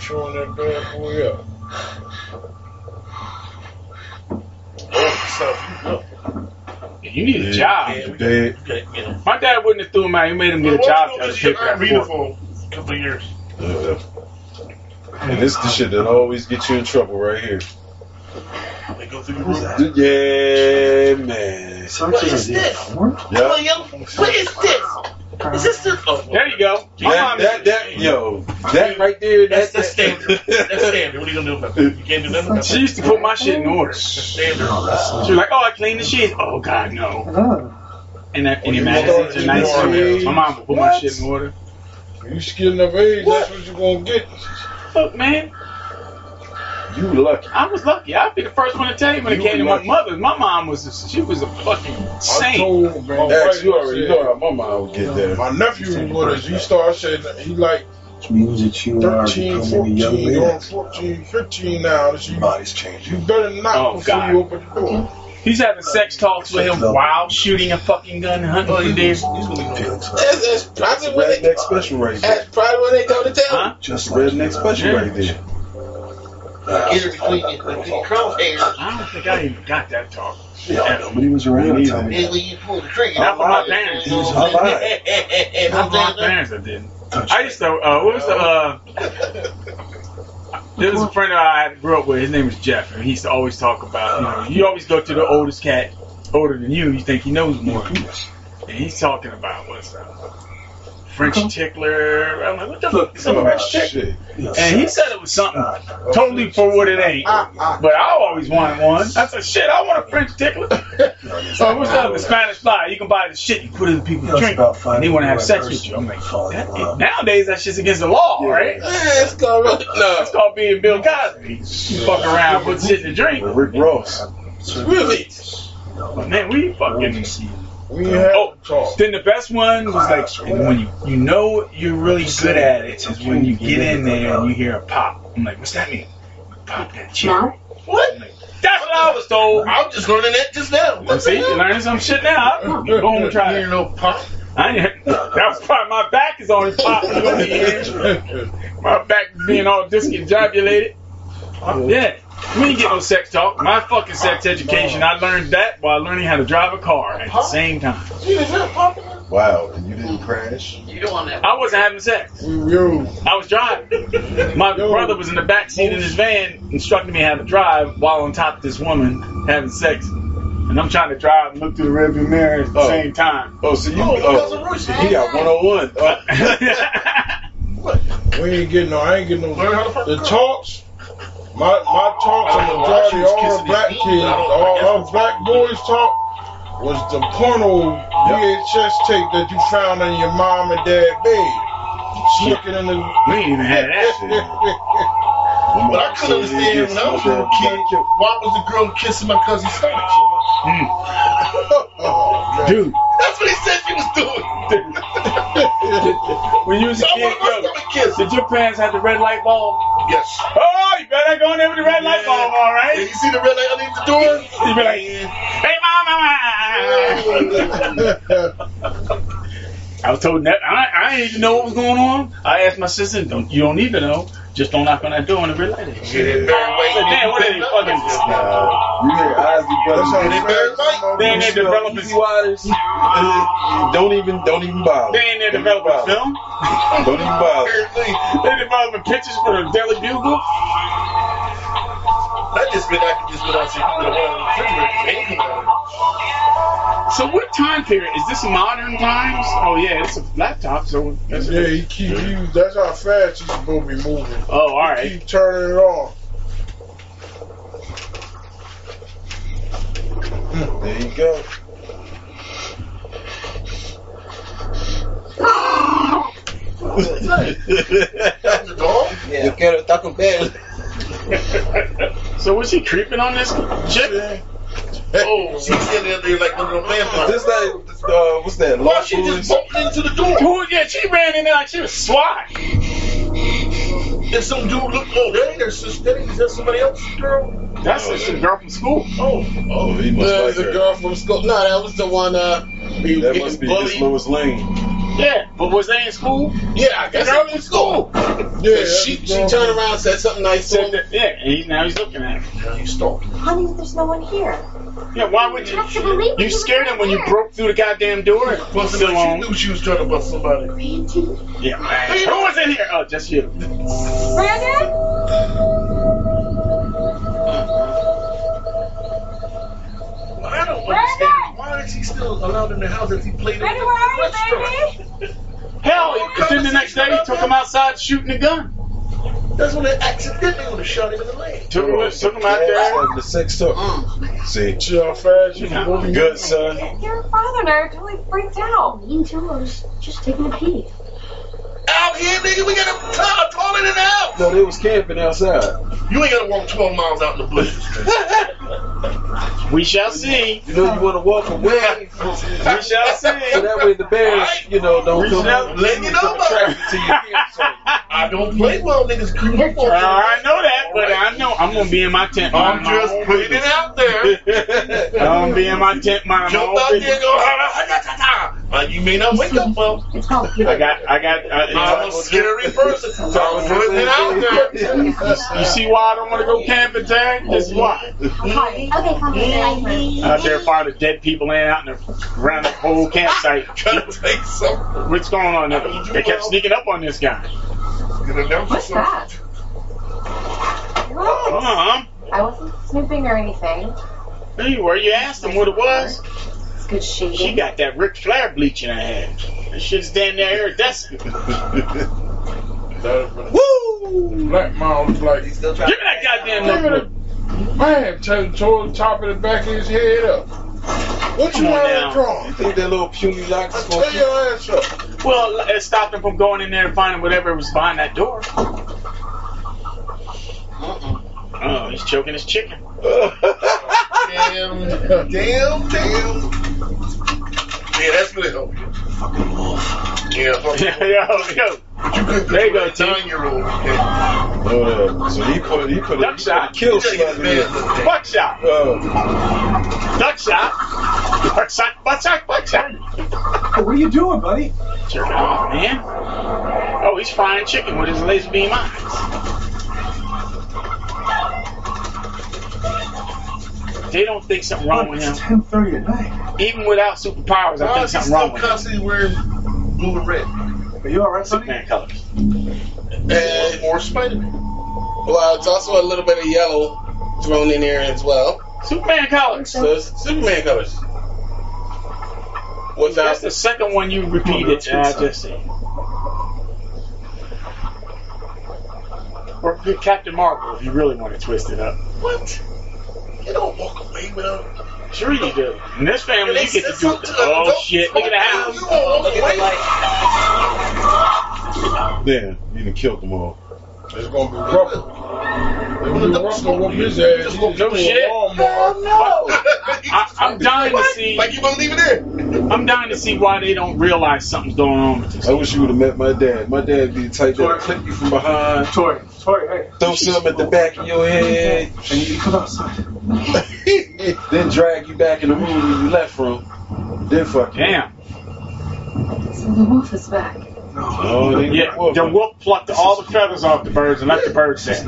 Speaker 1: Showing that bad boy up. Oh,
Speaker 15: You need a job.
Speaker 19: You dead.
Speaker 1: so, okay, you know.
Speaker 15: My dad wouldn't have threw him out. He made him get a job.
Speaker 1: Well,
Speaker 15: to
Speaker 1: what's your
Speaker 15: pick
Speaker 1: iron
Speaker 15: that
Speaker 1: reader
Speaker 15: fork.
Speaker 1: for a couple of years?
Speaker 19: Yeah. And this is the shit that always gets you in trouble right here.
Speaker 1: They go through your room.
Speaker 19: Yeah, man.
Speaker 1: What is this?
Speaker 19: Yeah.
Speaker 1: What is this? Is this the? Oh,
Speaker 15: There you go. My
Speaker 19: That,
Speaker 15: mom
Speaker 19: that, that, yo, that right there,
Speaker 1: That's
Speaker 19: that,
Speaker 1: the standard. That's standard. What are you gonna do about it? You can't do nothing about
Speaker 15: She
Speaker 1: it.
Speaker 15: used to put my shit in order.
Speaker 1: (laughs) That's
Speaker 15: She
Speaker 1: standard.
Speaker 15: was like, "Oh, I cleaned the sheets." Oh God, no.
Speaker 19: Oh.
Speaker 15: And that, and the magazines are nice.
Speaker 19: What?
Speaker 15: My mom would put my shit in order.
Speaker 19: You skin of age, that's what you're gonna get.
Speaker 15: Look, man,
Speaker 19: You lucky.
Speaker 15: I was lucky. I'd be the first one to tell you when it
Speaker 19: You
Speaker 15: came to
Speaker 19: were
Speaker 15: my
Speaker 19: lucky.
Speaker 15: mother. My mom was just, she was a fucking
Speaker 19: I
Speaker 15: saint.
Speaker 19: told my
Speaker 7: Dax,
Speaker 19: wife,
Speaker 7: you
Speaker 19: I
Speaker 7: already
Speaker 19: said,
Speaker 7: know how my mind would get there.
Speaker 19: My nephew was with us. He started saying that he like
Speaker 20: Which means that you are
Speaker 19: 13,
Speaker 20: becoming a
Speaker 19: 14,
Speaker 20: young
Speaker 19: going
Speaker 20: man.
Speaker 19: 14, 15 now. And she,
Speaker 20: Your body's
Speaker 19: you
Speaker 20: changing.
Speaker 19: better not
Speaker 15: Oh,
Speaker 19: before
Speaker 15: God.
Speaker 19: you open the door.
Speaker 15: He's having sex talks with him while shooting a fucking gun and hunting for deer.
Speaker 20: Feelings are
Speaker 1: That's, that's probably when they.
Speaker 11: redneck special right there.
Speaker 1: That's probably when they go to town.
Speaker 15: Huh?
Speaker 20: Just like
Speaker 11: Redneck special
Speaker 15: Yeah.
Speaker 11: right there.
Speaker 1: Get it between your your crosshairs.
Speaker 15: I don't think I even got that talk.
Speaker 11: Yeah, nobody was around to tell me.
Speaker 1: And when you pull the trigger,
Speaker 15: Not by my parents.
Speaker 1: You know
Speaker 15: Not
Speaker 1: what
Speaker 15: by
Speaker 1: I'm saying?
Speaker 15: Not by my parents, I didn't. I used to, uh, what was the, uh, there was a friend I grew up with, his name was Jeff, and he used to always talk about, you know, you always go to the oldest cat, older than you, you think he knows more. And he's talking about what's uh, French tickler. I'm like, what the fuck is a French tickler? And he said it was something totally for what it ain't.
Speaker 19: Ah,
Speaker 15: But I always wanted one. I said, shit, I want a French tickler. (laughs) so what's up, the Spanish fly? You can buy the shit, you put it in people's drink, and they want to have sex with you. I'm like, that, nowadays that shit's against the law, right?
Speaker 1: Yeah, it's called no.
Speaker 15: It's called being Bill Cosby. You fuck around, put shit in the drink.
Speaker 11: Rick Ross.
Speaker 1: Really?
Speaker 15: Man, we fucking.
Speaker 1: We have
Speaker 15: oh, then the best one was like and when you, you know you're really good at it is when you get in there and you hear a pop. I'm like, what's that mean? Pop that shit.
Speaker 1: What?
Speaker 15: That's what I was told.
Speaker 1: I'm just learning that just now. What
Speaker 15: See,
Speaker 1: the hell?
Speaker 15: you're learning some shit now. I'm going home and try
Speaker 1: You
Speaker 15: it.
Speaker 1: know, pop.
Speaker 15: I ain't, that was probably my back is on pop. You
Speaker 1: (laughs)
Speaker 15: know, yeah. my back being all discombobulated. Yeah, we didn't get no sex talk. My fucking sex education, I learned that while learning how to drive a car at the same time.
Speaker 1: You is that popular?
Speaker 19: Wow, and you didn't crash?
Speaker 1: You don't want that.
Speaker 15: I wasn't having sex. I was driving. My brother was in the back seat in his van, instructing me how to drive while on top of this woman having sex. And I'm trying to drive and look through the rearview mirror at the
Speaker 19: Oh.
Speaker 15: same time.
Speaker 19: Oh, so you.
Speaker 10: Oh,
Speaker 19: Oh,
Speaker 10: because of Rushi.
Speaker 19: he got
Speaker 15: (laughs)
Speaker 19: 101. Oh,
Speaker 10: We ain't getting no. I ain't getting no. The talks. My my talks and majority all the black kids, all our black boys talk was the porno VHS tape that you found in your mom and dad bed. Slipping in the.
Speaker 15: we ain't even had that
Speaker 10: (laughs)
Speaker 15: shit.
Speaker 1: But I couldn't understand when I was a little kid, why was the girl kissing my cousin's stomach?
Speaker 15: Mm. Dude,
Speaker 1: That's what he said she was doing.
Speaker 15: (laughs) when you was a
Speaker 1: I
Speaker 15: kid,
Speaker 1: wanted my
Speaker 15: yo,
Speaker 1: stomach kissed.
Speaker 15: did your parents have the red light bulb?
Speaker 1: Yes.
Speaker 15: Oh, you better go in there with the red light
Speaker 1: Yeah.
Speaker 15: bulb, all right?
Speaker 1: Did you see the red light underneath the door?
Speaker 15: You be like, hey, mama! I was told that I, I didn't even know what was going on. I asked my sister, don't, "You don't need to know. Just don't knock on that door and it'll be like it."
Speaker 1: Get it very
Speaker 15: I said, "Damn, what are they fucking?
Speaker 19: nah. You hear Ozzy
Speaker 10: That's
Speaker 19: Brothers.
Speaker 10: how they married Mike.
Speaker 15: They ain't there developing.
Speaker 19: Waters. Don't even, don't even bother.
Speaker 15: They ain't there developing film.
Speaker 19: Don't even bother.
Speaker 15: They developing pictures for the Daily Bugle.
Speaker 1: I just been I could just been out to the one of the refrigerators. They ain't come out.
Speaker 15: So what time period is this? Modern times? Oh yeah, it's a laptop. So that's
Speaker 10: Yeah, he keep you. That's how fast he's supposed to be moving.
Speaker 15: oh, all right. (laughs)
Speaker 10: Keep turning it on.
Speaker 19: There you
Speaker 10: (laughs)
Speaker 19: go.
Speaker 1: The dog?
Speaker 15: so was she creeping on this chick?
Speaker 1: Oh, she's sitting there they like under the vampire.
Speaker 19: This like, uh, what's that?
Speaker 1: Why
Speaker 19: Lost
Speaker 1: she just
Speaker 19: Boys?
Speaker 1: bumped into the door?
Speaker 15: Oh yeah, she ran in there like she was SWAT.
Speaker 1: And some dude looked, oh, that ain't her sister. That ain't- Is that somebody else's girl?
Speaker 15: That's just a girl from school.
Speaker 1: Oh, oh.
Speaker 19: Oh, he must
Speaker 1: That
Speaker 19: like
Speaker 1: was a
Speaker 19: her.
Speaker 1: girl from school. No, that was the one, uh, he was
Speaker 19: That
Speaker 1: getting
Speaker 19: must be Miss
Speaker 1: bullied.
Speaker 19: Lewis Lane.
Speaker 15: Yeah, but was they in school?
Speaker 1: Yeah, I guess.
Speaker 15: The girl
Speaker 1: in school.
Speaker 10: Yeah,
Speaker 1: Yeah, she, she turned around and said something nice to
Speaker 15: Said
Speaker 1: him.
Speaker 15: that- yeah, and he, now he's looking at her.
Speaker 1: Now you stalking.
Speaker 16: Honey, there's no one here.
Speaker 15: Yeah, why would you?
Speaker 16: I can't believe
Speaker 15: You
Speaker 16: it.
Speaker 15: scared him when you broke through the goddamn door. It was
Speaker 1: Busting
Speaker 15: Still
Speaker 1: like she
Speaker 15: on.
Speaker 1: knew she was trying to bust somebody.
Speaker 16: Randy?
Speaker 15: Yeah, man. Who was in here? Oh, just you.
Speaker 16: Brandon?
Speaker 1: Well, I
Speaker 16: Brandon!
Speaker 1: don't understand. Why is he still allowed in the house if he played in
Speaker 16: Brandon, where are you,
Speaker 1: the restaurant?
Speaker 16: baby?
Speaker 15: Hell, and then the next day he took him outside shooting a gun.
Speaker 1: That's when they accidentally would have shot him Mm. in the leg.
Speaker 15: Took him, took him out there.
Speaker 19: The sex talk. See,
Speaker 10: See how fast you
Speaker 15: Yeah.
Speaker 10: can move.
Speaker 19: good son.
Speaker 16: Your father and I are totally freaked out.
Speaker 9: Me and Joe was just taking a pee.
Speaker 1: Out here, nigga, we got a car taller than out.
Speaker 19: No, they was camping outside.
Speaker 1: You ain't gotta walk 12 miles out in the bushes.
Speaker 15: We shall see. (laughs)
Speaker 19: You know you want to walk away,
Speaker 15: We shall
Speaker 19: so
Speaker 15: see.
Speaker 19: that way the bears, you know, don't
Speaker 15: Reaching
Speaker 19: come
Speaker 15: out,
Speaker 1: letting you know.
Speaker 19: Traffic to
Speaker 15: (laughs)
Speaker 19: your campsite.
Speaker 1: I don't play well, niggas. Creep up on
Speaker 15: Well, I
Speaker 1: me.
Speaker 15: know that, but I know I'm gonna be in my tent.
Speaker 1: I'm
Speaker 15: minding my
Speaker 1: just
Speaker 15: own
Speaker 1: putting it
Speaker 15: business.
Speaker 1: out there.
Speaker 15: (laughs) I'm gonna be in my tent. minding My
Speaker 1: Jump
Speaker 15: own
Speaker 1: out there and
Speaker 15: business.
Speaker 1: go, ha, ha, ha, ha, ha, ha. Now, you you may not wake up well.
Speaker 9: It's called.
Speaker 1: I got,
Speaker 11: I got.
Speaker 15: uh,
Speaker 1: I'm a scary
Speaker 10: (laughs)
Speaker 1: person. So I'm putting it out there.
Speaker 15: Uh, You see why I don't want to go camping, Tag? This is why.
Speaker 16: Okay, fine.
Speaker 15: (laughs) Out there finding dead people laying out in the around the whole (laughs) campsite. What's going on? There? They kept sneaking up on this guy.
Speaker 16: What's that? What?
Speaker 15: Uh-huh.
Speaker 16: I wasn't snooping or anything.
Speaker 15: There you were. You asked him what it was.
Speaker 16: It's good shading.
Speaker 15: She got that Ric Flair bleach in her hand. That shit's damn near iridescent.
Speaker 10: Woo! Black Miles like, give me
Speaker 15: that goddamn
Speaker 10: notebook. Man, turn tore the top of the back of his head up. What you
Speaker 15: Come on
Speaker 10: had
Speaker 15: now.
Speaker 10: drawn?
Speaker 11: You think that little puny lock is
Speaker 10: Tear your ass up.
Speaker 15: Well, it stopped him from going in there and finding whatever was behind that door. Oh, he's choking his chicken.
Speaker 1: Damn, damn, damn. Yeah, that's gonna help you. Yeah, fuck
Speaker 15: yo, yo,
Speaker 1: yo. There you go, Nine-year-old.
Speaker 19: Oh, yeah. So he put he put
Speaker 15: duck shot.
Speaker 19: kill shot in there.
Speaker 15: Buck shot. Duck shot. Buck shot. Buck shot. Buck shot.
Speaker 11: what are you doing, buddy?
Speaker 15: Jerk off, man. Oh, he's frying chicken with his laser beam eyes. They don't think something wrong with him.
Speaker 11: Ten thirty at night.
Speaker 15: Even without superpowers, I
Speaker 1: Why
Speaker 10: Oh,
Speaker 15: think
Speaker 1: is he
Speaker 15: something wrong
Speaker 1: still
Speaker 15: with him.
Speaker 1: constantly wearing blue and red?
Speaker 11: Are you all right, buddy?
Speaker 15: Man colors.
Speaker 1: And or Spider-Man.
Speaker 10: Well, it's also a little bit of yellow thrown in there as well.
Speaker 15: Superman colors.
Speaker 10: So it's Superman colors. What's
Speaker 15: That's
Speaker 10: that?
Speaker 15: the second one you repeated.
Speaker 10: Come on,
Speaker 15: I
Speaker 10: that's
Speaker 15: just said. Or good Captain Marvel, if you really want to twist it up.
Speaker 1: What? You don't walk away without.
Speaker 15: Sure you do. In this family,
Speaker 1: They
Speaker 15: you get
Speaker 1: said
Speaker 15: to do
Speaker 1: something
Speaker 15: it.
Speaker 1: to the
Speaker 15: Oh
Speaker 1: adult.
Speaker 15: shit! Look at the house.
Speaker 1: You don't walk away.
Speaker 19: Damn, you done killed them all.
Speaker 10: It's gonna be rough. When the rough gonna whoop his ass. He's just
Speaker 15: No
Speaker 10: doing
Speaker 15: shit.
Speaker 10: Walmart.
Speaker 15: I, I'm dying to see.
Speaker 1: Like you won't leave it there.
Speaker 15: I'm dying to see why they don't realize something's going on with this.
Speaker 11: I wish you would have met my dad. My dad be the type that clip you from behind,
Speaker 15: Tori,
Speaker 11: Tori, hey. throw something at the back of your head, and you come outside. (laughs) then drag you back in the room where you left from. Then fuck you.
Speaker 15: Damn.
Speaker 9: So the wolf is back.
Speaker 11: Oh, they
Speaker 15: Yeah, the wolf plucked all the feathers off the birds and left the birds there.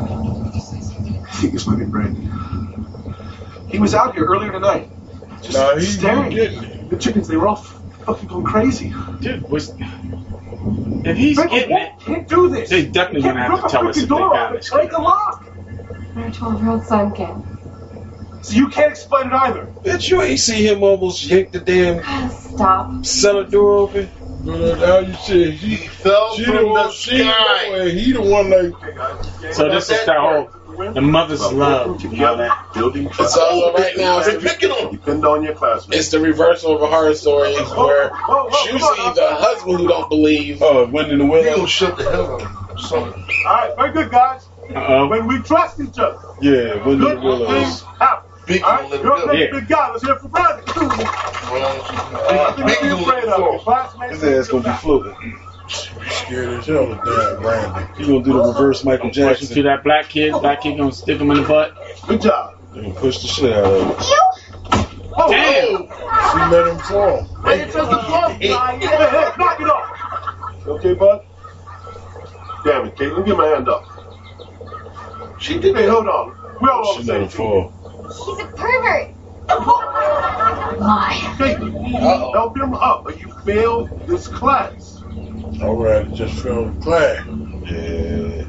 Speaker 11: I think this might be Brandon. He was out here earlier tonight. Just
Speaker 10: Nah, he- he
Speaker 11: staring.
Speaker 10: getting
Speaker 11: The chickens, they were all fucking going crazy.
Speaker 15: Dude, was if he's getting it,
Speaker 11: can't do this.
Speaker 15: they definitely gonna have to tell us if they found this.
Speaker 11: Break the lock.
Speaker 9: Our 12 year old son can.
Speaker 11: So you can't explain it either. Bitch, you ain't see him almost yank the damn
Speaker 16: Ah,
Speaker 9: Stop.
Speaker 11: cellar door open.
Speaker 10: But now you see, he
Speaker 1: Fell
Speaker 10: She the
Speaker 1: from the
Speaker 10: one, she the
Speaker 1: sky.
Speaker 10: one, he the one like,
Speaker 15: So this is their whole the mother's love. and all that.
Speaker 6: Building
Speaker 10: it's all right now.
Speaker 1: They're
Speaker 10: It's the,
Speaker 1: picking on him.
Speaker 6: Depend on your classmates.
Speaker 10: it's the reversal of a horror story
Speaker 15: Oh,
Speaker 10: where it's usually the husband who don't believe.
Speaker 11: uh,
Speaker 19: Oh, wind in the
Speaker 1: You
Speaker 19: willow.
Speaker 1: gonna shut the hell up. Son.
Speaker 11: All right, very good, guys.
Speaker 15: Uh-oh.
Speaker 11: When we trust each other,
Speaker 19: Yeah, wind in the willows.
Speaker 11: happen.
Speaker 1: Big gonna let it go.
Speaker 15: Yeah.
Speaker 11: big guy. Let's hear it for Brandon.
Speaker 1: Uh, Big gonna let it go.
Speaker 11: His
Speaker 19: His ass gonna be floating.
Speaker 10: Scared as hell of damn Brandon.
Speaker 19: You gonna do the reverse Michael
Speaker 15: Jackson to
Speaker 19: Jackson?
Speaker 15: that black kid, black kid gonna stick him in the butt.
Speaker 11: Good job.
Speaker 19: You gonna push the shit out of him.
Speaker 15: Oh. Damn!
Speaker 10: She let him fall.
Speaker 11: Hey, just the plug, guy. Hey, hey, knock it off.
Speaker 6: Okay, bud? Damn it, Caitlin, get my hand up.
Speaker 11: She did. Hey, hold on. We're all
Speaker 19: She
Speaker 11: on
Speaker 19: let him
Speaker 11: the same team.
Speaker 19: fall.
Speaker 16: He's a pervert.
Speaker 9: Why?
Speaker 11: Thank you. Help him up, or you fail this class.
Speaker 10: All right, just fell in class.
Speaker 19: Yeah.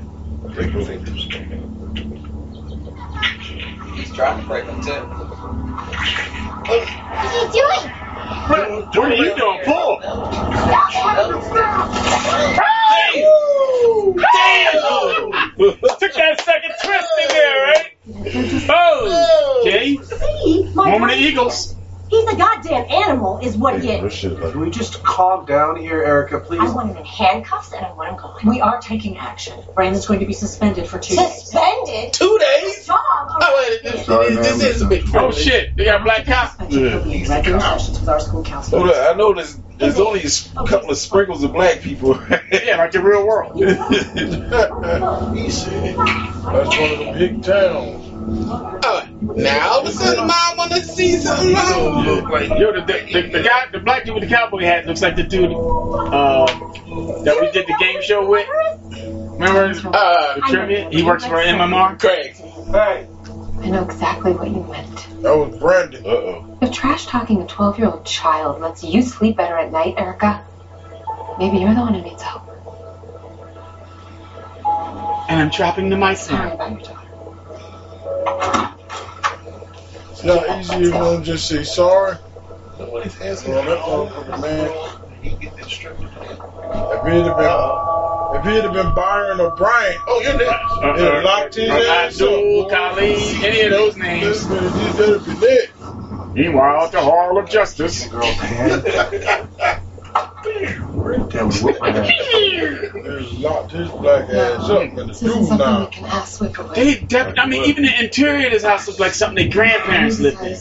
Speaker 21: He's trying to break them too.
Speaker 16: What's he doing?
Speaker 15: What are you doing? Pull! Hey! Damn! Took that second twist in there, right? Oh! Okay.
Speaker 16: See, my
Speaker 15: Woman of
Speaker 16: God-
Speaker 15: Eagles.
Speaker 16: He's a goddamn animal, is what he
Speaker 19: That
Speaker 16: is.
Speaker 19: shit like
Speaker 11: Can we just calm down here, Erica,
Speaker 16: I
Speaker 11: please?
Speaker 16: want him in handcuffs and I want him gone.
Speaker 9: We are taking action. Brandon's going to be suspended for two days.
Speaker 16: Suspended.
Speaker 10: Two days?
Speaker 16: Job.
Speaker 10: Oh, wait, this,
Speaker 6: Sorry,
Speaker 10: this,
Speaker 6: man.
Speaker 10: this is a big
Speaker 15: Oh
Speaker 10: problem.
Speaker 15: shit, they got black cops.
Speaker 9: Suspension for being in regular sessions with our school counselor.
Speaker 19: Hold on, I know there's, there's only a s- couple of sprinkles of black people. (laughs)
Speaker 15: Yeah, like the real world.
Speaker 10: That's one of the big towns.
Speaker 16: Oh,
Speaker 1: Now the son of mine wanna see something wrong.
Speaker 15: Yo, the, the, the, the guy, the black dude with the cowboy hat looks like the dude um, that we did the game show with. Remember uh, the trivia? He works for MMR.
Speaker 1: Craig.
Speaker 15: Right.
Speaker 9: I know exactly what you meant.
Speaker 10: That was Brandon. Uh oh.
Speaker 9: If trash talking a 12 year old child lets you sleep better at night, Erica, maybe you're the one who needs help.
Speaker 15: And I'm dropping the mic
Speaker 9: Sorry
Speaker 15: now.
Speaker 9: about your daughter.
Speaker 10: It's not easy if you don't just say sorry.
Speaker 1: Nobody's asking
Speaker 10: asking Well, that motherfucker, man. If he'd have been, if he'd have been Byron or Bryant,
Speaker 1: Oh, you're next.
Speaker 10: he'd have locked his ass up.
Speaker 15: Abdul, Khalid, any of those names.
Speaker 10: He better be dead.
Speaker 15: Meanwhile, at the Hall of Justice.
Speaker 10: He's locked his black ass up in the dude now.
Speaker 9: Can ask Wicker away.
Speaker 15: They, def- I mean, even the interior of this house looks like something their grandparents lived in.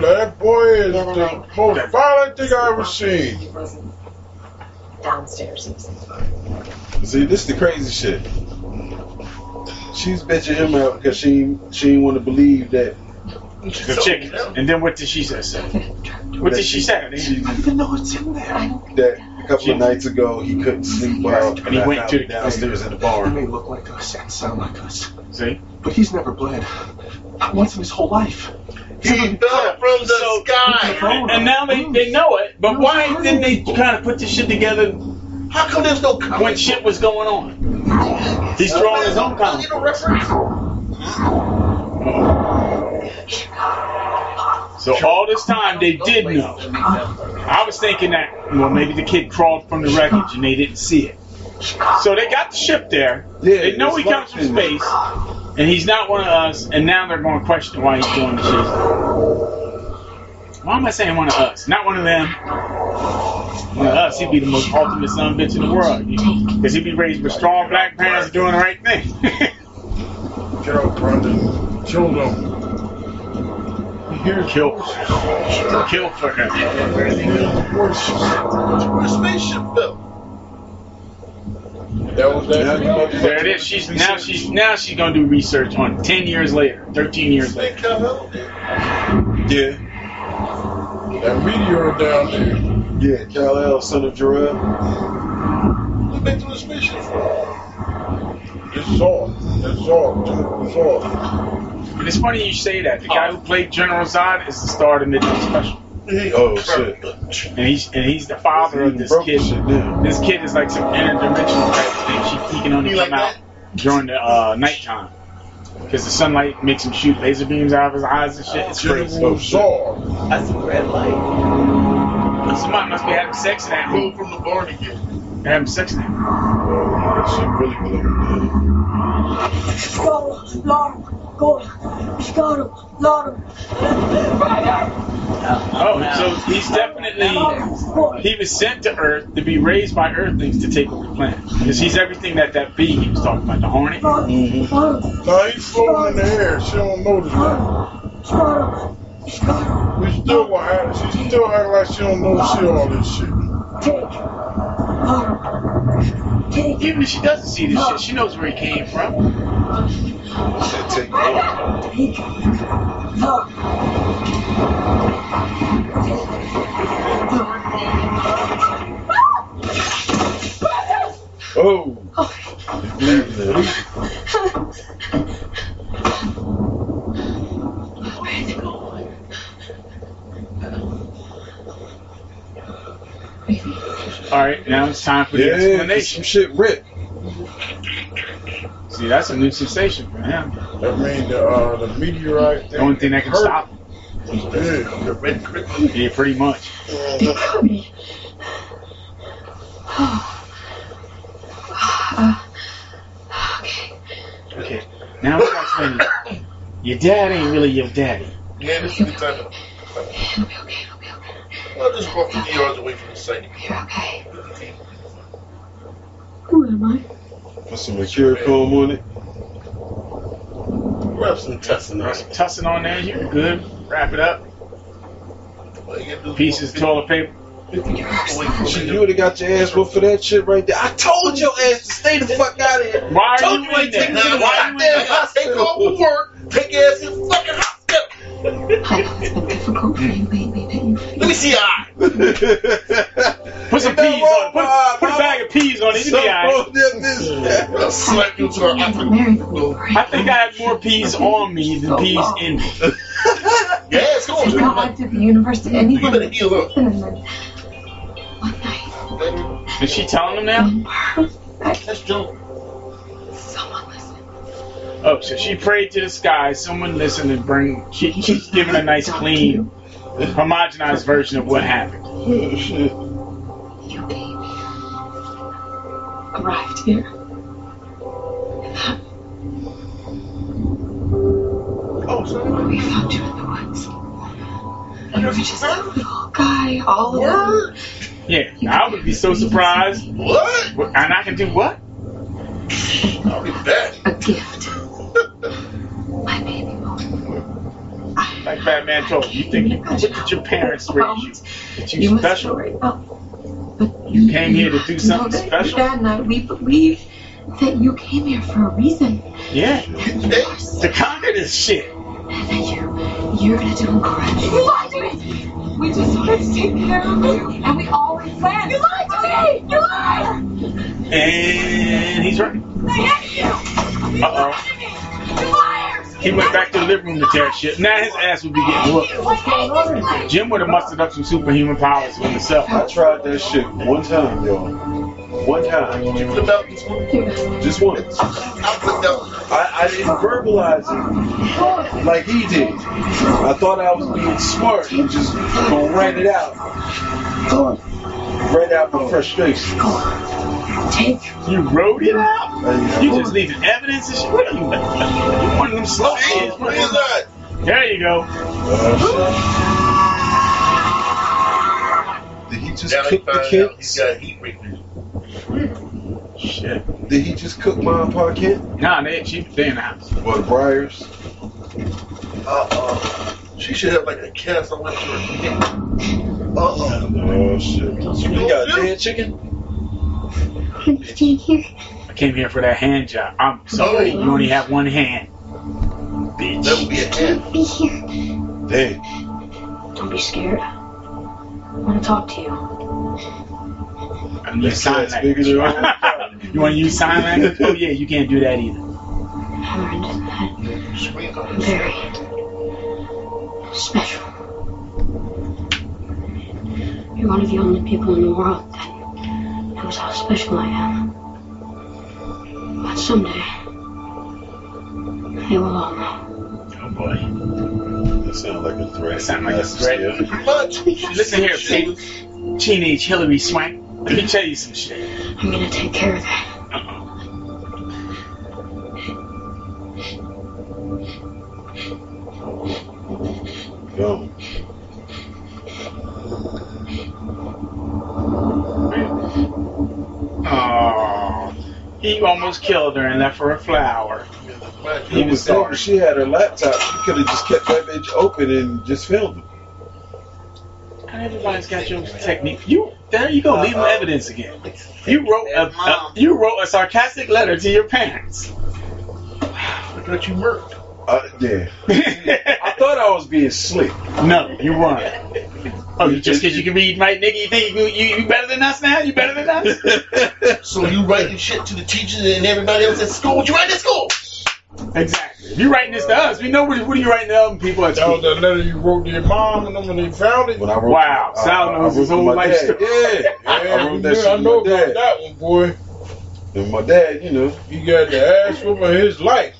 Speaker 10: That boy is the most violent thing I ever seen.
Speaker 9: Downstairs, he was
Speaker 11: See, this the crazy shit. She's bitching him out because she she didn't want to believe that.
Speaker 15: The chick. And then what did she say? What did she say?
Speaker 11: She,
Speaker 22: even know it's in there.
Speaker 11: that a couple of nights ago he couldn't sleep well
Speaker 15: And he went to the-
Speaker 11: downstairs at the bar.
Speaker 22: He may look like us and sound like us,
Speaker 15: See?
Speaker 22: but he's never bled. Not once in his whole life.
Speaker 1: He fell from the sky.
Speaker 15: And, and now they, they know it, but why didn't they kind of put this shit together
Speaker 1: How come there's no comic
Speaker 15: when shit was going on? He's throwing his own comic.
Speaker 1: book reference?
Speaker 15: So all this time they did know. I was thinking that well maybe the kid crawled from the wreckage and they didn't see it. So they got the ship there.
Speaker 11: Yeah,
Speaker 15: they know
Speaker 11: it's
Speaker 15: he comes from
Speaker 11: locked in.
Speaker 15: space, and he's not one of us. And now they're going to question why he's doing this shit. Why am I saying one of us? Not one of them. One of us, he'd be the most ultimate son of a bitch in the world. Because he'd be raised with strong black parents doing the right thing. (laughs)
Speaker 10: Get up, Brandon. Kill them.
Speaker 15: You're kill. Kill fucker.
Speaker 1: Where spaceship though?
Speaker 10: That was that.
Speaker 15: There it is. She's now she's now she's gonna do research on ten years later, thirteen years later.
Speaker 1: They come out there.
Speaker 11: Yeah,
Speaker 10: That meteor down there.
Speaker 11: yeah. Kal El, son of Jarrell.
Speaker 1: We've been through the spaceship for
Speaker 10: It's soft. It's soft, dude. It's soft.
Speaker 15: And it's funny you say that. The guy who played General Zod is the star of the Midnight Special,
Speaker 11: Oh shit.
Speaker 15: and he's and he's the father of this
Speaker 11: Broke
Speaker 15: kid.
Speaker 11: this shit down.
Speaker 15: This kid is like some interdimensional type thing. She, he can only
Speaker 1: You
Speaker 15: come
Speaker 1: like
Speaker 15: out during the uh, nighttime because the sunlight makes him shoot laser beams out of his eyes and shit. It's crazy.
Speaker 10: General Zod.
Speaker 1: That's a red light.
Speaker 15: Somebody must be having sex in that
Speaker 1: Move
Speaker 15: movie.
Speaker 1: from the barn again.
Speaker 15: They're having sex in that. movie.
Speaker 11: Oh, that shit really blew me.
Speaker 12: Go, Lord, go, go, Lord.
Speaker 15: Oh, so he's definitely He was sent to Earth to be raised by Earthlings to take over the planet. Because he's everything that that bee he was talking about, the hornet.
Speaker 10: Now he's floating in the air. She don't notice that. We still gonna act. She still act like she don't know she all this shit.
Speaker 15: Even if she doesn't see this shit, she knows where he came from.
Speaker 11: That take more. Oh. Leave that.
Speaker 15: Alright, now it's time for the
Speaker 11: Yeah, get
Speaker 15: explanation.
Speaker 11: some shit ripped.
Speaker 15: See, that's a new sensation for him.
Speaker 10: That mean the uh, the meteorite.
Speaker 15: The only thing that can stop him.
Speaker 10: Yeah.
Speaker 1: The red crit.
Speaker 15: Yeah, pretty much. Okay. Now it's explaining. Your dad ain't really your daddy.
Speaker 1: Yeah, this is the time.
Speaker 9: It'll be okay, it'll be okay.
Speaker 1: Well, just walk 50 yards away from the site.
Speaker 9: You're okay. Who am I?
Speaker 11: Put some mercure comb on it.
Speaker 1: Grab some tussin'
Speaker 15: Throw some Tussin on there, you're good. Wrap it up.
Speaker 1: Pieces.
Speaker 15: Pieces of toilet paper.
Speaker 11: Shit, you would have got your ass whooped for that shit right there. I told your ass to stay the fuck out of here.
Speaker 15: Why are
Speaker 11: Told you
Speaker 15: you in
Speaker 11: ain't taking
Speaker 15: there?
Speaker 11: me to the
Speaker 15: Why are you
Speaker 11: goddamn
Speaker 15: in there?
Speaker 1: Take off
Speaker 11: hospital.
Speaker 1: work.
Speaker 3: pig ass in fucking hospital.
Speaker 12: It's been difficult for you, baby, that you
Speaker 3: Let me see
Speaker 1: (laughs)
Speaker 3: your eye.
Speaker 15: Put some peas on it. Put, put a bag of peas on it. You'll be all right.
Speaker 3: I'll slap you to her.
Speaker 15: I think I have more peas on me than peas in me.
Speaker 3: Yeah, it's cool.
Speaker 12: did not lie to the universe to anyone. One night,
Speaker 15: Is she telling them now?
Speaker 3: That's Joe.
Speaker 15: Oh, so she prayed to the sky. Someone listened and bring. She, she's giving a nice, clean, homogenized version of what happened.
Speaker 12: arrived here.
Speaker 3: Oh, sorry.
Speaker 12: We found you in the woods. You were just a little guy all alone.
Speaker 15: Yeah, I would be so surprised.
Speaker 3: What?
Speaker 15: And I can do what?
Speaker 3: I'll be back.
Speaker 12: A gift. My baby
Speaker 15: Like Batman told you, you think you, what did your parents raise you? That you special? You came here to do
Speaker 12: No,
Speaker 15: something
Speaker 12: that,
Speaker 15: special?
Speaker 12: that night we believe that you came here for a reason.
Speaker 15: Yeah. To conquer this shit.
Speaker 12: You're gonna do incredible. You lied to me. We just wanted to take care of you, and we always planned. You lied to me. You lied.
Speaker 15: And he's right. Uh oh. He went back to the living room to tear shit. Now his ass would be getting whooped. Jim would have mustered up some superhuman powers for himself.
Speaker 10: I tried that shit one time, y'all. One time. Did you put out this one? Just once. I I, didn't verbalize it like he did. I thought I was being smart and just gonna rant it out. Rant out my frustration.
Speaker 12: Take.
Speaker 15: You wrote it out? You just leaving evidence and shit? What are you? You one of them slow kids. What is that? There you go.
Speaker 10: Did he just
Speaker 3: Now he
Speaker 10: cook the
Speaker 3: found out
Speaker 10: kid?
Speaker 3: he's got heat rape.
Speaker 15: Shit.
Speaker 10: Did he just cook my Pa Kent?
Speaker 15: Nah, they, she, they in the house.
Speaker 10: Or the Briars?
Speaker 3: Uh uh. She should have like a cast on her neck. Uh oh.
Speaker 10: Oh shit.
Speaker 3: You got dead
Speaker 10: chicken?
Speaker 15: I came here for that hand job. I'm sorry.
Speaker 3: Oh.
Speaker 15: You only have one hand. Bitch.
Speaker 3: That would be a hand.
Speaker 12: Be here.
Speaker 10: Dang.
Speaker 12: Don't be scared. I want to talk to you.
Speaker 15: And use sign
Speaker 10: That's bigger
Speaker 15: language.
Speaker 10: than
Speaker 15: (laughs) you want to use sign language? Oh yeah, you can't do that either.
Speaker 12: I learned
Speaker 3: Scream on
Speaker 12: that
Speaker 3: this.
Speaker 12: very special. You're one of the only people in the world that knows how special I am. But someday, they will all know.
Speaker 15: Oh boy.
Speaker 10: That sounds like a threat.
Speaker 15: That sounds like a threat. Listen here, baby. teenage Hillary Swank. Let me tell you some shit.
Speaker 12: I'm gonna take care of that.
Speaker 10: Yo.
Speaker 15: Oh, he almost killed her and left her a flower. He
Speaker 10: He
Speaker 15: was
Speaker 10: was
Speaker 15: sorry.
Speaker 10: saying she had her laptop. She could have just kept that bitch open and just filmed it.
Speaker 15: And everybody's got your technique. You there? You go leaving evidence again. You wrote a, a you wrote a sarcastic letter to your parents.
Speaker 3: I thought you murked.
Speaker 10: Uh, yeah.
Speaker 15: (laughs)
Speaker 10: I thought I was being slick.
Speaker 15: No, you weren't.
Speaker 3: (laughs)
Speaker 15: Oh, you just because you can read, right, nigga? You think you, you you better than us now? You better than
Speaker 3: (laughs)
Speaker 15: us?
Speaker 3: So you writing shit to the teachers and everybody else at school? What you write at school?
Speaker 15: Exactly. If you writing this to us, we know what, what are you writing to other people at
Speaker 1: That was
Speaker 15: school.
Speaker 1: that letter you wrote to your mom and them when they found it.
Speaker 10: When I wrote,
Speaker 15: Wow,
Speaker 10: I-
Speaker 15: Sal
Speaker 10: I- I
Speaker 15: knows
Speaker 10: wrote
Speaker 15: his
Speaker 10: to
Speaker 15: whole
Speaker 10: my
Speaker 15: life
Speaker 10: dad.
Speaker 15: story.
Speaker 10: Yeah, yeah, (laughs) I
Speaker 1: Yeah,
Speaker 10: wrote that shit
Speaker 1: I
Speaker 10: to
Speaker 1: know
Speaker 10: my
Speaker 1: about
Speaker 10: dad.
Speaker 1: that one, boy.
Speaker 10: And my dad, you know,
Speaker 1: He got the ass whooping of his life.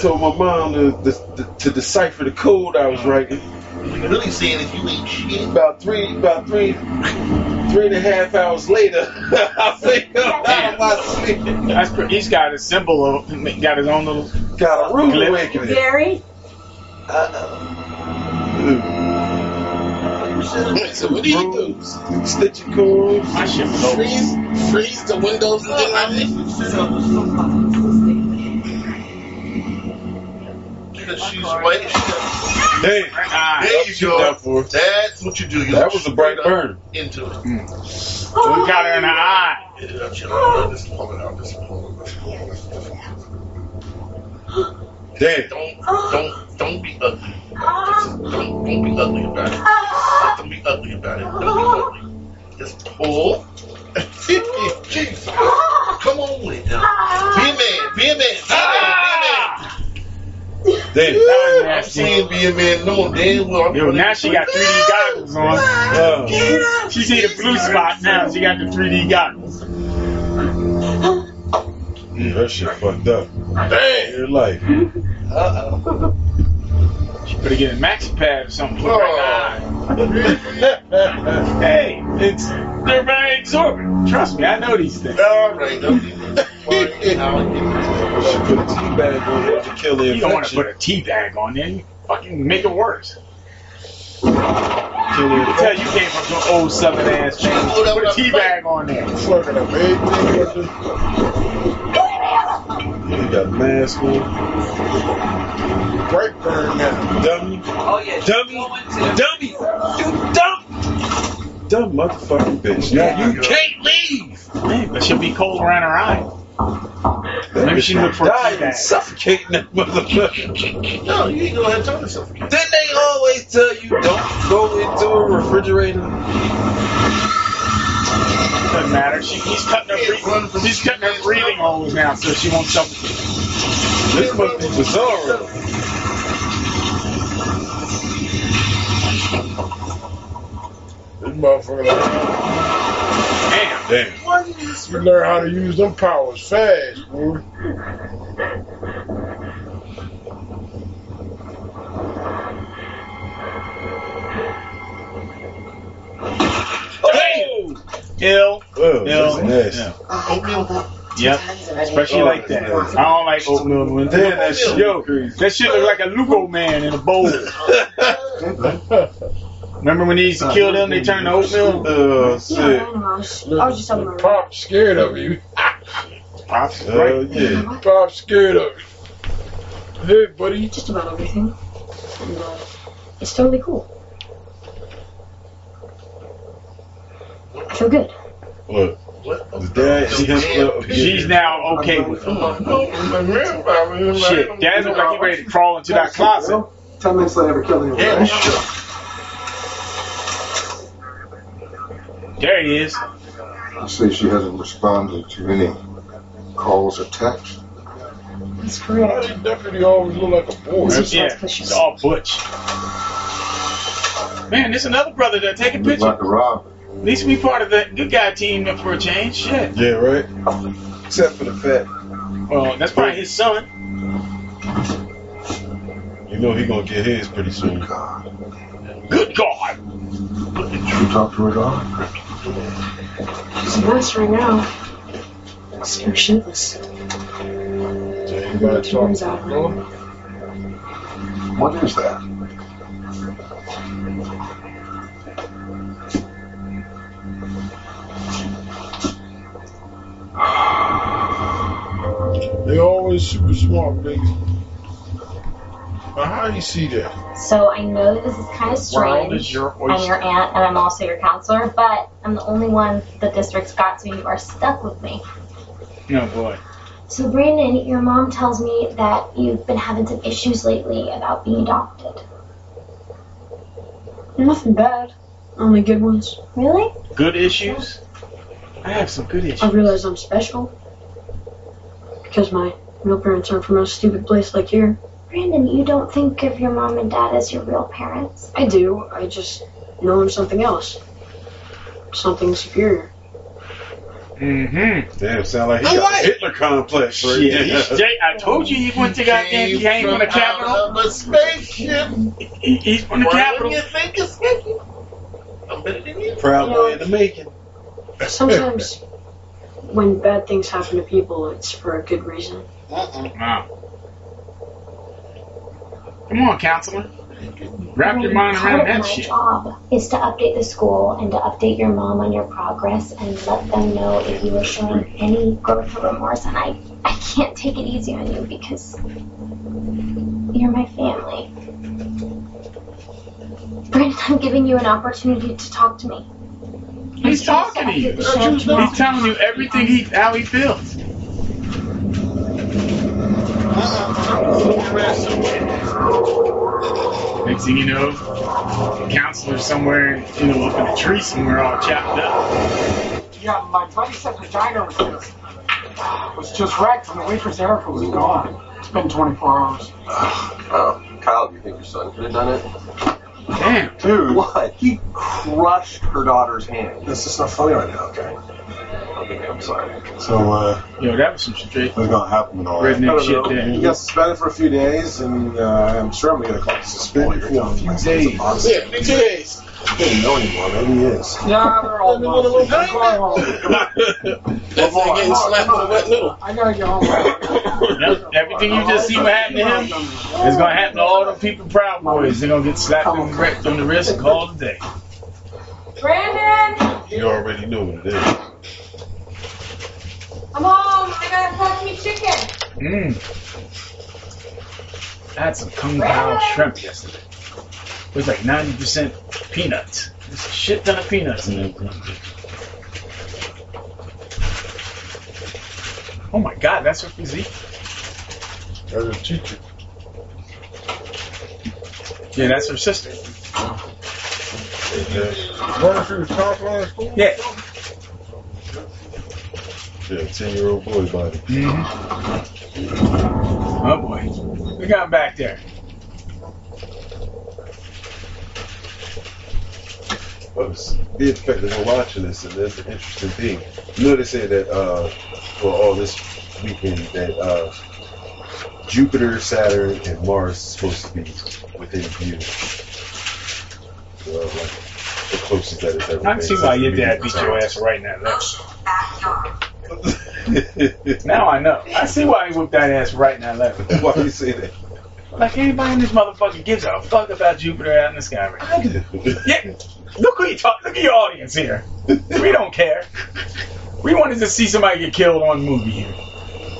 Speaker 10: told my mom to, to, to decipher the code I was writing.
Speaker 3: What you really saying is you ain't shit.
Speaker 10: About three, about three, three and a half hours later, I think I'm out of my sleep.
Speaker 15: That's pretty, he's got a symbol of he got his own little.
Speaker 10: Got a rude
Speaker 12: (laughs)
Speaker 15: Glenn.
Speaker 10: awakening.
Speaker 23: Gary?
Speaker 1: So what do you do?
Speaker 10: Stitch your cords.
Speaker 15: My shit was over.
Speaker 1: Freeze, freeze the windows and then
Speaker 3: Because she's white as shit.
Speaker 10: Hey,
Speaker 15: Ah,
Speaker 3: There you
Speaker 10: that
Speaker 3: go.
Speaker 10: for.
Speaker 3: That's what you do. You
Speaker 10: That
Speaker 3: look
Speaker 10: was a bright
Speaker 3: straight up
Speaker 10: burn.
Speaker 3: Into it.
Speaker 15: Hmm. we got her in the eye.
Speaker 3: Yeah, that's- you know, this woman, this woman, this woman, this woman.
Speaker 24: Damn. Don't don't don't be ugly. Just don't don't be ugly about it. Don't be ugly about it. Don't be ugly. Just pull. (laughs) Jesus. Come on with it now. Be a man. Be a man. Be a man. Be a man.
Speaker 1: Damn.
Speaker 24: I'm saying be a man. No, damn well. I'm
Speaker 15: Yo, now she got 3D goggles on. Uh, she see the blue spot now. She got the 3D goggles.
Speaker 10: Mm, that shit fucked up.
Speaker 24: Damn.
Speaker 10: Your
Speaker 24: (laughs)
Speaker 10: life.
Speaker 24: Uh oh.
Speaker 15: She better get a maxi pad or something. for her eye. hey, it's they're very exorbitant. Trust me, I know these things.
Speaker 24: All right. Don't be worried. I'll get it.
Speaker 10: She put a tea bag on there to kill the
Speaker 15: You don't want to
Speaker 10: infection.
Speaker 15: put a tea bag on there. You fucking make it worse.
Speaker 10: Kill the
Speaker 15: I tell you, you came from some old southern ass change.
Speaker 10: Oh,
Speaker 15: Put a tea bag on there.
Speaker 1: Slurping up everything with the
Speaker 10: infection. You got a mask on.
Speaker 1: break burn now.
Speaker 10: Dummy.
Speaker 25: Oh, yeah.
Speaker 10: Dummy. Dummy. You dumb. Dumb motherfucking bitch. Now you
Speaker 24: Can't leave.
Speaker 15: Man, but she'll be cold around her eye. Maybe she look for a tea
Speaker 10: dying
Speaker 15: bag.
Speaker 10: suffocating that motherfucker.
Speaker 24: No, you ain't gonna have time to suffocate.
Speaker 10: Didn't they always tell you don't go into a refrigerator?
Speaker 15: Doesn't matter. She, he's cutting her
Speaker 24: Run
Speaker 15: breathing.
Speaker 24: from
Speaker 15: She's cutting her breathing holes now, so she won't suffocate.
Speaker 10: This must be bizarre.
Speaker 1: This motherfucker like,
Speaker 15: Damn.
Speaker 10: Damn.
Speaker 1: you learn how to use them powers fast, boy.
Speaker 10: Oh!
Speaker 15: Damn. Ill.
Speaker 10: Ugh,
Speaker 15: Ill.
Speaker 10: Oh, that's nasty.
Speaker 15: Ill.
Speaker 24: Oatmeal.
Speaker 15: Yep. Especially
Speaker 10: Oh,
Speaker 15: like that. I don't like oatmeal.
Speaker 10: And then that shit.
Speaker 15: Yo,
Speaker 1: (laughs)
Speaker 10: crazy.
Speaker 15: that shit look like a Luco man in
Speaker 10: (laughs)
Speaker 15: a bowl. Remember when they used to kill them? They turned to oatmeal.
Speaker 10: Oh, shit.
Speaker 11: Yeah, I know. I was I was just talking about.
Speaker 1: Pop scared of you.
Speaker 15: Pops,
Speaker 10: Oh,
Speaker 15: right?
Speaker 10: yeah.
Speaker 1: Pop scared of you. Hey, buddy.
Speaker 11: just about everything. And, uh, it's totally cool. I feel good.
Speaker 10: Look,
Speaker 24: What?
Speaker 10: the dad, she has up
Speaker 15: She's now okay with it.
Speaker 24: No, my grandfather. my-
Speaker 15: Shit, Dad look like he ready to crawl into that closet.
Speaker 26: Ten minutes later, we're killing
Speaker 24: Yeah,
Speaker 26: him.
Speaker 24: sure.
Speaker 15: There he is.
Speaker 27: I see she hasn't responded to any calls or texts.
Speaker 11: That's
Speaker 1: Why
Speaker 11: correct.
Speaker 1: did Deputy always look like a boy?
Speaker 11: This is
Speaker 15: Yeah,
Speaker 11: not
Speaker 15: it's
Speaker 11: pushes.
Speaker 15: all butch. Man, there's another brother there taking
Speaker 27: Looks
Speaker 15: pictures.
Speaker 27: like a robbery.
Speaker 15: At least we part of the good guy team for a change. Shit.
Speaker 10: Yeah, right? Except for the fact,
Speaker 15: Well, that's probably his son.
Speaker 10: you know he gonna get his pretty soon.
Speaker 27: God.
Speaker 15: Good God.
Speaker 27: Did you talk to her at all?
Speaker 11: It's nice right now. Scared shitless.
Speaker 1: So you gotta talk to him, no?
Speaker 27: What is that?
Speaker 1: They always super smart, baby. Now, how you see that?
Speaker 12: So I know that this is kind of
Speaker 15: World is
Speaker 12: strange.
Speaker 15: your
Speaker 12: I'm
Speaker 15: oyster.
Speaker 12: your aunt, and I'm also your counselor, but I'm the only one the district's got, so you are stuck with me.
Speaker 15: Oh boy.
Speaker 12: So Brandon, your mom tells me that you've been having some issues lately about being adopted.
Speaker 11: Nothing bad. Only good ones.
Speaker 12: Really?
Speaker 15: Good issues? I have some good
Speaker 11: I
Speaker 15: issues.
Speaker 11: realize I'm special. Because my real parents aren't from a stupid place like here.
Speaker 12: Brandon, you don't think of your mom and dad as your real parents?
Speaker 11: I do. I just know I'm something else. Something superior.
Speaker 15: Mm-hmm.
Speaker 10: Damn, sound like he got a Hitler complex right
Speaker 15: Yeah,
Speaker 10: there.
Speaker 15: he's Jay, I told you he went to goddamn. He came from the capital.
Speaker 24: Out of a spaceship.
Speaker 15: He- He's from the
Speaker 24: Why
Speaker 15: capital.
Speaker 24: wouldn't you think it's making? I'm better than you.
Speaker 10: Proud boy in the making.
Speaker 11: Sometimes when bad things happen to people, it's for a good reason.
Speaker 28: Uh-uh.
Speaker 15: Wow. Come on, counselor. Wrap your mind around that
Speaker 12: my
Speaker 15: shit.
Speaker 12: job is to update the school and to update your mom on your progress and let them know if you are showing any growth or remorse. And I, I can't take it easy on you because you're my family. Brandon, I'm giving you an opportunity to talk to me.
Speaker 15: He's talking to you. He's telling you everything he how he feels. Next thing you know, counselor somewhere, you know, up in a tree somewhere, all chopped up.
Speaker 29: Yeah, my buddy said vagina was just, was just wrecked and the waitress Erica was gone. It's been 24 hours.
Speaker 30: Oh, Kyle, do you think your son could have done it?
Speaker 15: Damn,
Speaker 30: dude. What? He crushed her daughter's hand.
Speaker 28: This is not funny right now, okay?
Speaker 30: Okay, I'm sorry.
Speaker 28: So, uh.
Speaker 15: Yo, that was some straight.
Speaker 28: What's gonna happen and all that?
Speaker 15: Redneck
Speaker 28: I don't
Speaker 15: shit
Speaker 28: know.
Speaker 15: there.
Speaker 28: He got suspended for a few days, and uh, I'm sure I'm gonna get a call suspended for a few
Speaker 15: days.
Speaker 28: Yeah,
Speaker 10: two days.
Speaker 28: I don't know anymore. Maybe he is.
Speaker 29: Yeah, they're all monsters. They're all-
Speaker 28: (laughs)
Speaker 10: That's like getting slapped with a wet noodle.
Speaker 29: I gotta get home.
Speaker 15: Yep, Everything you just see what happened to him is gonna happen to all the people proud boys. They're gonna get slapped and cracked on the wrist and called a day.
Speaker 31: Brandon,
Speaker 10: You already know what it is.
Speaker 31: I'm home. I gotta cook me chicken.
Speaker 15: Mmm. I had some kung pao shrimp yesterday. It was like 90% peanuts. There's a shit ton of peanuts in it. Oh my god, that's what we eat.
Speaker 28: There's a teacher.
Speaker 15: Yeah, that's her sister.
Speaker 28: Running through the top line of school?
Speaker 15: Yeah.
Speaker 10: Yeah, ten year old boy body.
Speaker 15: Mm-hmm. Oh boy. We got back there.
Speaker 10: Whoops. Be expecting her watching this, and that's an interesting thing. You know they say that uh, for all this weekend that uh, Jupiter, Saturn, and Mars is supposed to be within view. So, like, the closest that it's ever
Speaker 15: I can see
Speaker 10: been
Speaker 15: why
Speaker 10: since
Speaker 15: your
Speaker 10: the
Speaker 15: dad beat
Speaker 10: beginning
Speaker 15: your
Speaker 10: of
Speaker 15: ass right now.
Speaker 10: (laughs)
Speaker 15: left. now I know. I see why he whooped that ass right now. Left.
Speaker 10: time. Why you say that?
Speaker 15: Like anybody in this motherfucker gives a fuck about Jupiter out in the sky right now. Yeah, look who you talk. Look at your audience here. We don't care. We wanted to see somebody get killed on movie here.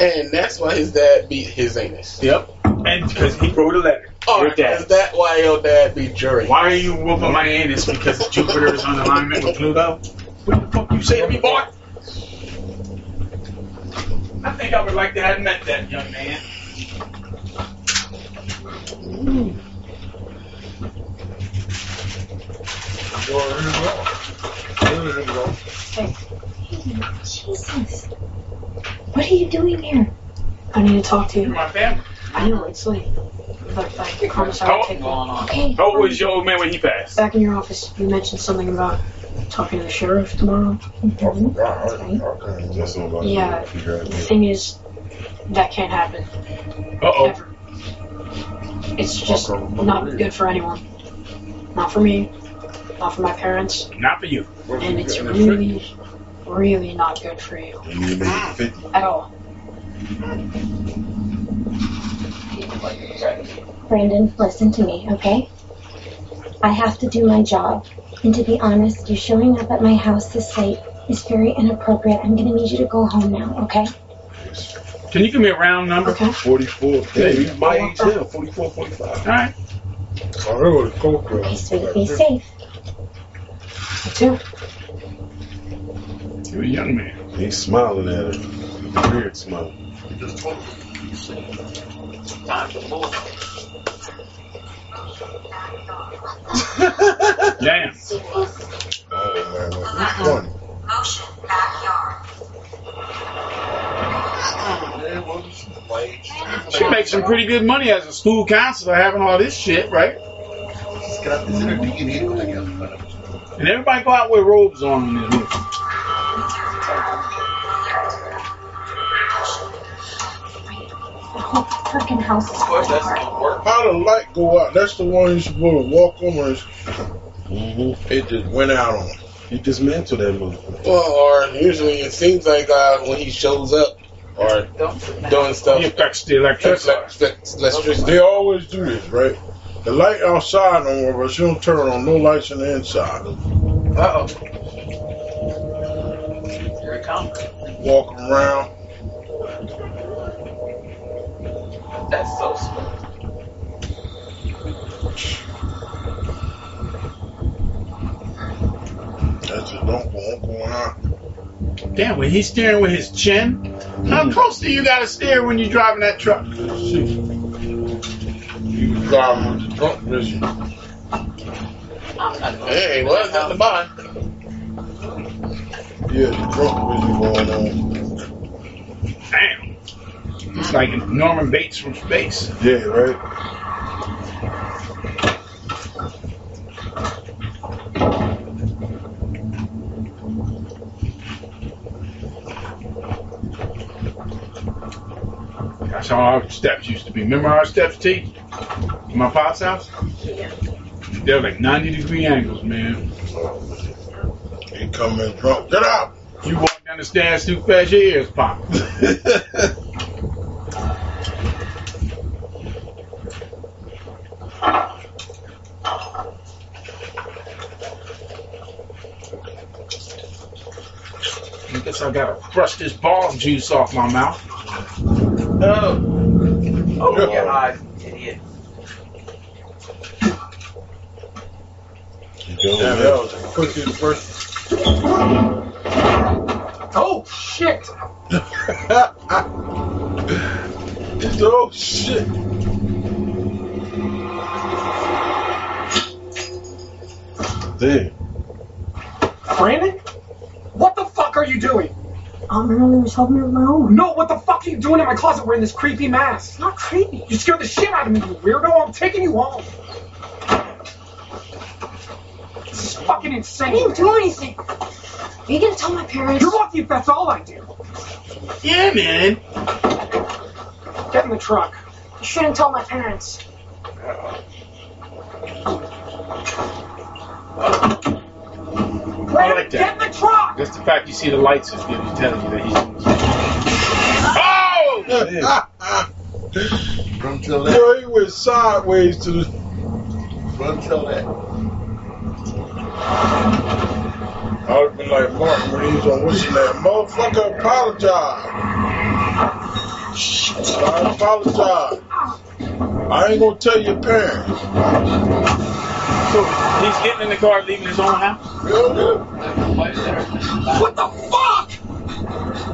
Speaker 1: And that's why his dad beat his anus.
Speaker 15: Yep. And because he wrote a letter.
Speaker 1: Oh,
Speaker 15: Your dad.
Speaker 1: is that why your dad beat Jerry?
Speaker 15: Why are you whooping my anus because Jupiter is on alignment with Pluto? What the fuck you say to me, boy? I think I would like to have met that young man.
Speaker 28: Well, here you go. Here you go.
Speaker 12: Jesus. What are you doing here?
Speaker 11: I need to talk to you.
Speaker 15: My family.
Speaker 11: I know, it's late. But like, I promise I will take
Speaker 15: How
Speaker 11: Okay.
Speaker 15: old was your old man when he passed?
Speaker 11: Back in your office, you mentioned something about talking to the sheriff tomorrow.
Speaker 10: (laughs) That's what I'm about to
Speaker 11: Yeah.
Speaker 10: figure out.
Speaker 11: The thing is, that can't happen.
Speaker 15: Uh oh.
Speaker 11: It's just not good for anyone. Not for me. Not for my parents.
Speaker 15: Not for you.
Speaker 11: And it's really, really not good for you
Speaker 10: You need to make it fit.
Speaker 11: at all.
Speaker 12: Brandon, listen to me, okay? I have to do my job. And to be honest, you showing up at my house this late is very inappropriate. I'm going to need you to go home now, okay?
Speaker 15: Can you give me a round number?
Speaker 10: 44. Hey, you might tell. 44, 45.
Speaker 15: All right.
Speaker 28: I heard what the coke was.
Speaker 12: Okay, sweetie, be safe.
Speaker 11: You too.
Speaker 15: You're a young man.
Speaker 10: He's smiling at her. Weird smile.
Speaker 15: Damn.
Speaker 28: Oh, man.
Speaker 15: She makes some pretty good money as a school counselor having all this shit, right? And everybody go out with robes on. in this movie.
Speaker 12: The whole freaking house is
Speaker 32: How the light go out? That's the one you supposed to walk over. And It just went out on.
Speaker 10: Mm-hmm. He dismantled that motherfucker.
Speaker 1: Well, or usually it seems like uh, when he shows up or doing stuff.
Speaker 15: He affects the electricity.
Speaker 32: They always do this, right? The light outside on, but she don't turn on no lights on the inside.
Speaker 1: Uh oh. Here it comes.
Speaker 32: Walking around.
Speaker 1: That's so smooth.
Speaker 32: That's just don't go on going out.
Speaker 15: Damn, when he's steering with his chin, how close do you gotta steer when you're driving that truck?
Speaker 10: You was driving with the drunk vision.
Speaker 33: Hey, well, nothing to buy.
Speaker 10: Yeah, the drunk vision going on.
Speaker 15: Damn. It's like Norman Bates from space.
Speaker 10: Yeah, right.
Speaker 15: That's how our steps used to be. Remember our steps, T? In my pop's house? They were like 90 degree angles, man.
Speaker 10: He come in drunk. Get (laughs) up!
Speaker 15: You walk down the stairs too fast, your ears pop. I guess I gotta brush this ball juice off my mouth.
Speaker 1: Oh,
Speaker 15: Oh,
Speaker 1: oh
Speaker 15: yeah.
Speaker 1: God, idiot.
Speaker 10: Yeah, that was the quickest first.
Speaker 11: Oh shit!
Speaker 10: It's the old Oh, shit.
Speaker 34: There.
Speaker 11: Brandon? What the fuck are you doing?
Speaker 12: I'm really was helping her on my own.
Speaker 11: No, what the fuck are you doing in my closet wearing this creepy mask?
Speaker 12: Not creepy.
Speaker 11: You scared the shit out of me, you weirdo. I'm taking you home. This is fucking
Speaker 12: I
Speaker 11: insane.
Speaker 12: didn't do anything. Are you gonna tell my parents?
Speaker 11: You're lucky if that's all I do.
Speaker 15: Yeah, man.
Speaker 11: Get in the truck.
Speaker 12: You shouldn't tell my parents.
Speaker 15: I like that.
Speaker 11: Get in the truck!
Speaker 15: Just the fact you see the lights is good. He's telling you that he's. Oh!
Speaker 10: Run till that. Yo, he went sideways to the. Run till that. I would have been like Martin when he was on what's his name. Motherfucker, apologize. I apologize. I ain't gonna tell your parents.
Speaker 15: So he's getting in the car, leaving his own house.
Speaker 11: What the fuck?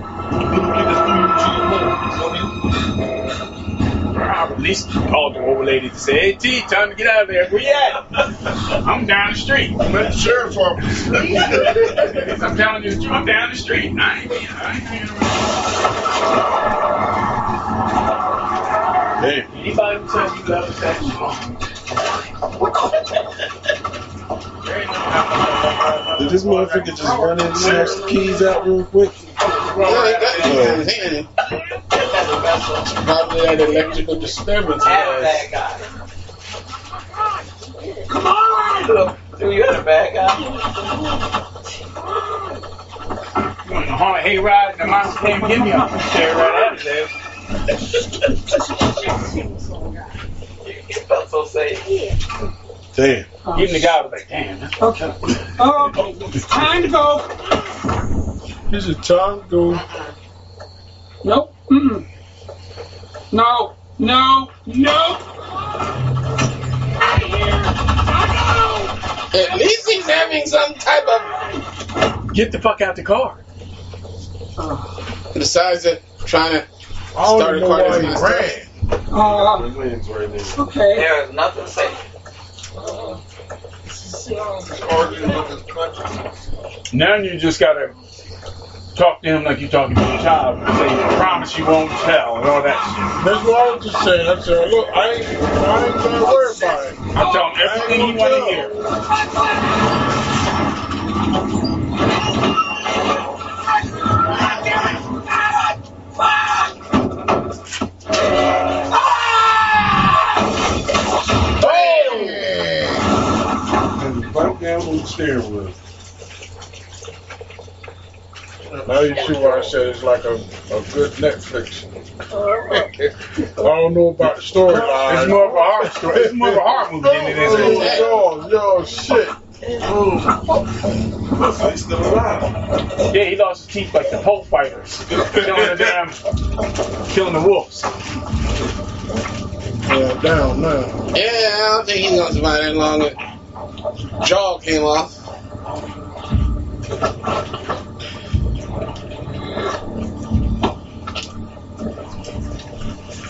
Speaker 15: I released called the old lady to say, "Hey, T, time to get out of there. Where you at? I'm down the street.
Speaker 10: I'm at the sheriff's office.
Speaker 15: I'm down the street. I'm down the street. I ain't, I ain't hanging around."
Speaker 10: Hey,
Speaker 15: Anybody who tells you love is actually wrong.
Speaker 34: Did this motherfucker just run in and snatch the keys out real quick?
Speaker 33: Probably had electrical disturbance.
Speaker 1: Bad guy.
Speaker 11: Come on!
Speaker 1: Dude, you're the bad guy.
Speaker 15: Going on a hard hayride, and the monster came and get me. I'm gonna tear right out of there.
Speaker 1: You felt so safe.
Speaker 34: Damn.
Speaker 15: Even the guy was like, "Damn, that's
Speaker 11: Okay. Okay. It's time to go.
Speaker 10: this is time to go.
Speaker 11: Nope. Mm-mm. No. No. No. Out of here. I
Speaker 33: At least he's having some type of.
Speaker 15: get the fuck out the car."
Speaker 33: Besides that, trying to
Speaker 10: I don't
Speaker 33: start a
Speaker 10: even know
Speaker 33: car
Speaker 10: why
Speaker 33: that's
Speaker 10: he
Speaker 33: not
Speaker 10: ran.
Speaker 33: started.
Speaker 11: go. Uh,
Speaker 34: The wind's right there.
Speaker 11: okay.
Speaker 1: There is nothing safe.
Speaker 10: Arguing with his country.
Speaker 15: Now you just gotta talk to him like you're talking to your child and say, "I promise you won't tell and all that
Speaker 10: That's what I was just saying. I said, look, I ain't, I ain't trying to worry about it.
Speaker 15: shit. I'm telling him everything he wanna hear.
Speaker 34: And broke down on the steering wheel.
Speaker 10: Now you see why I said it's like a, a good Netflix. I don't know about the storyline.
Speaker 15: It's more of a horror story. It's more of a horror movie than it is. a-
Speaker 10: Oh, yo, yo, shit.
Speaker 34: He's still alive.
Speaker 15: Yeah, he lost his teeth like the pole fighters, killing the damn, killing the wolves.
Speaker 10: Yeah, down now.
Speaker 33: Yeah, I don't think he's gonna survive that long. Jaw came off.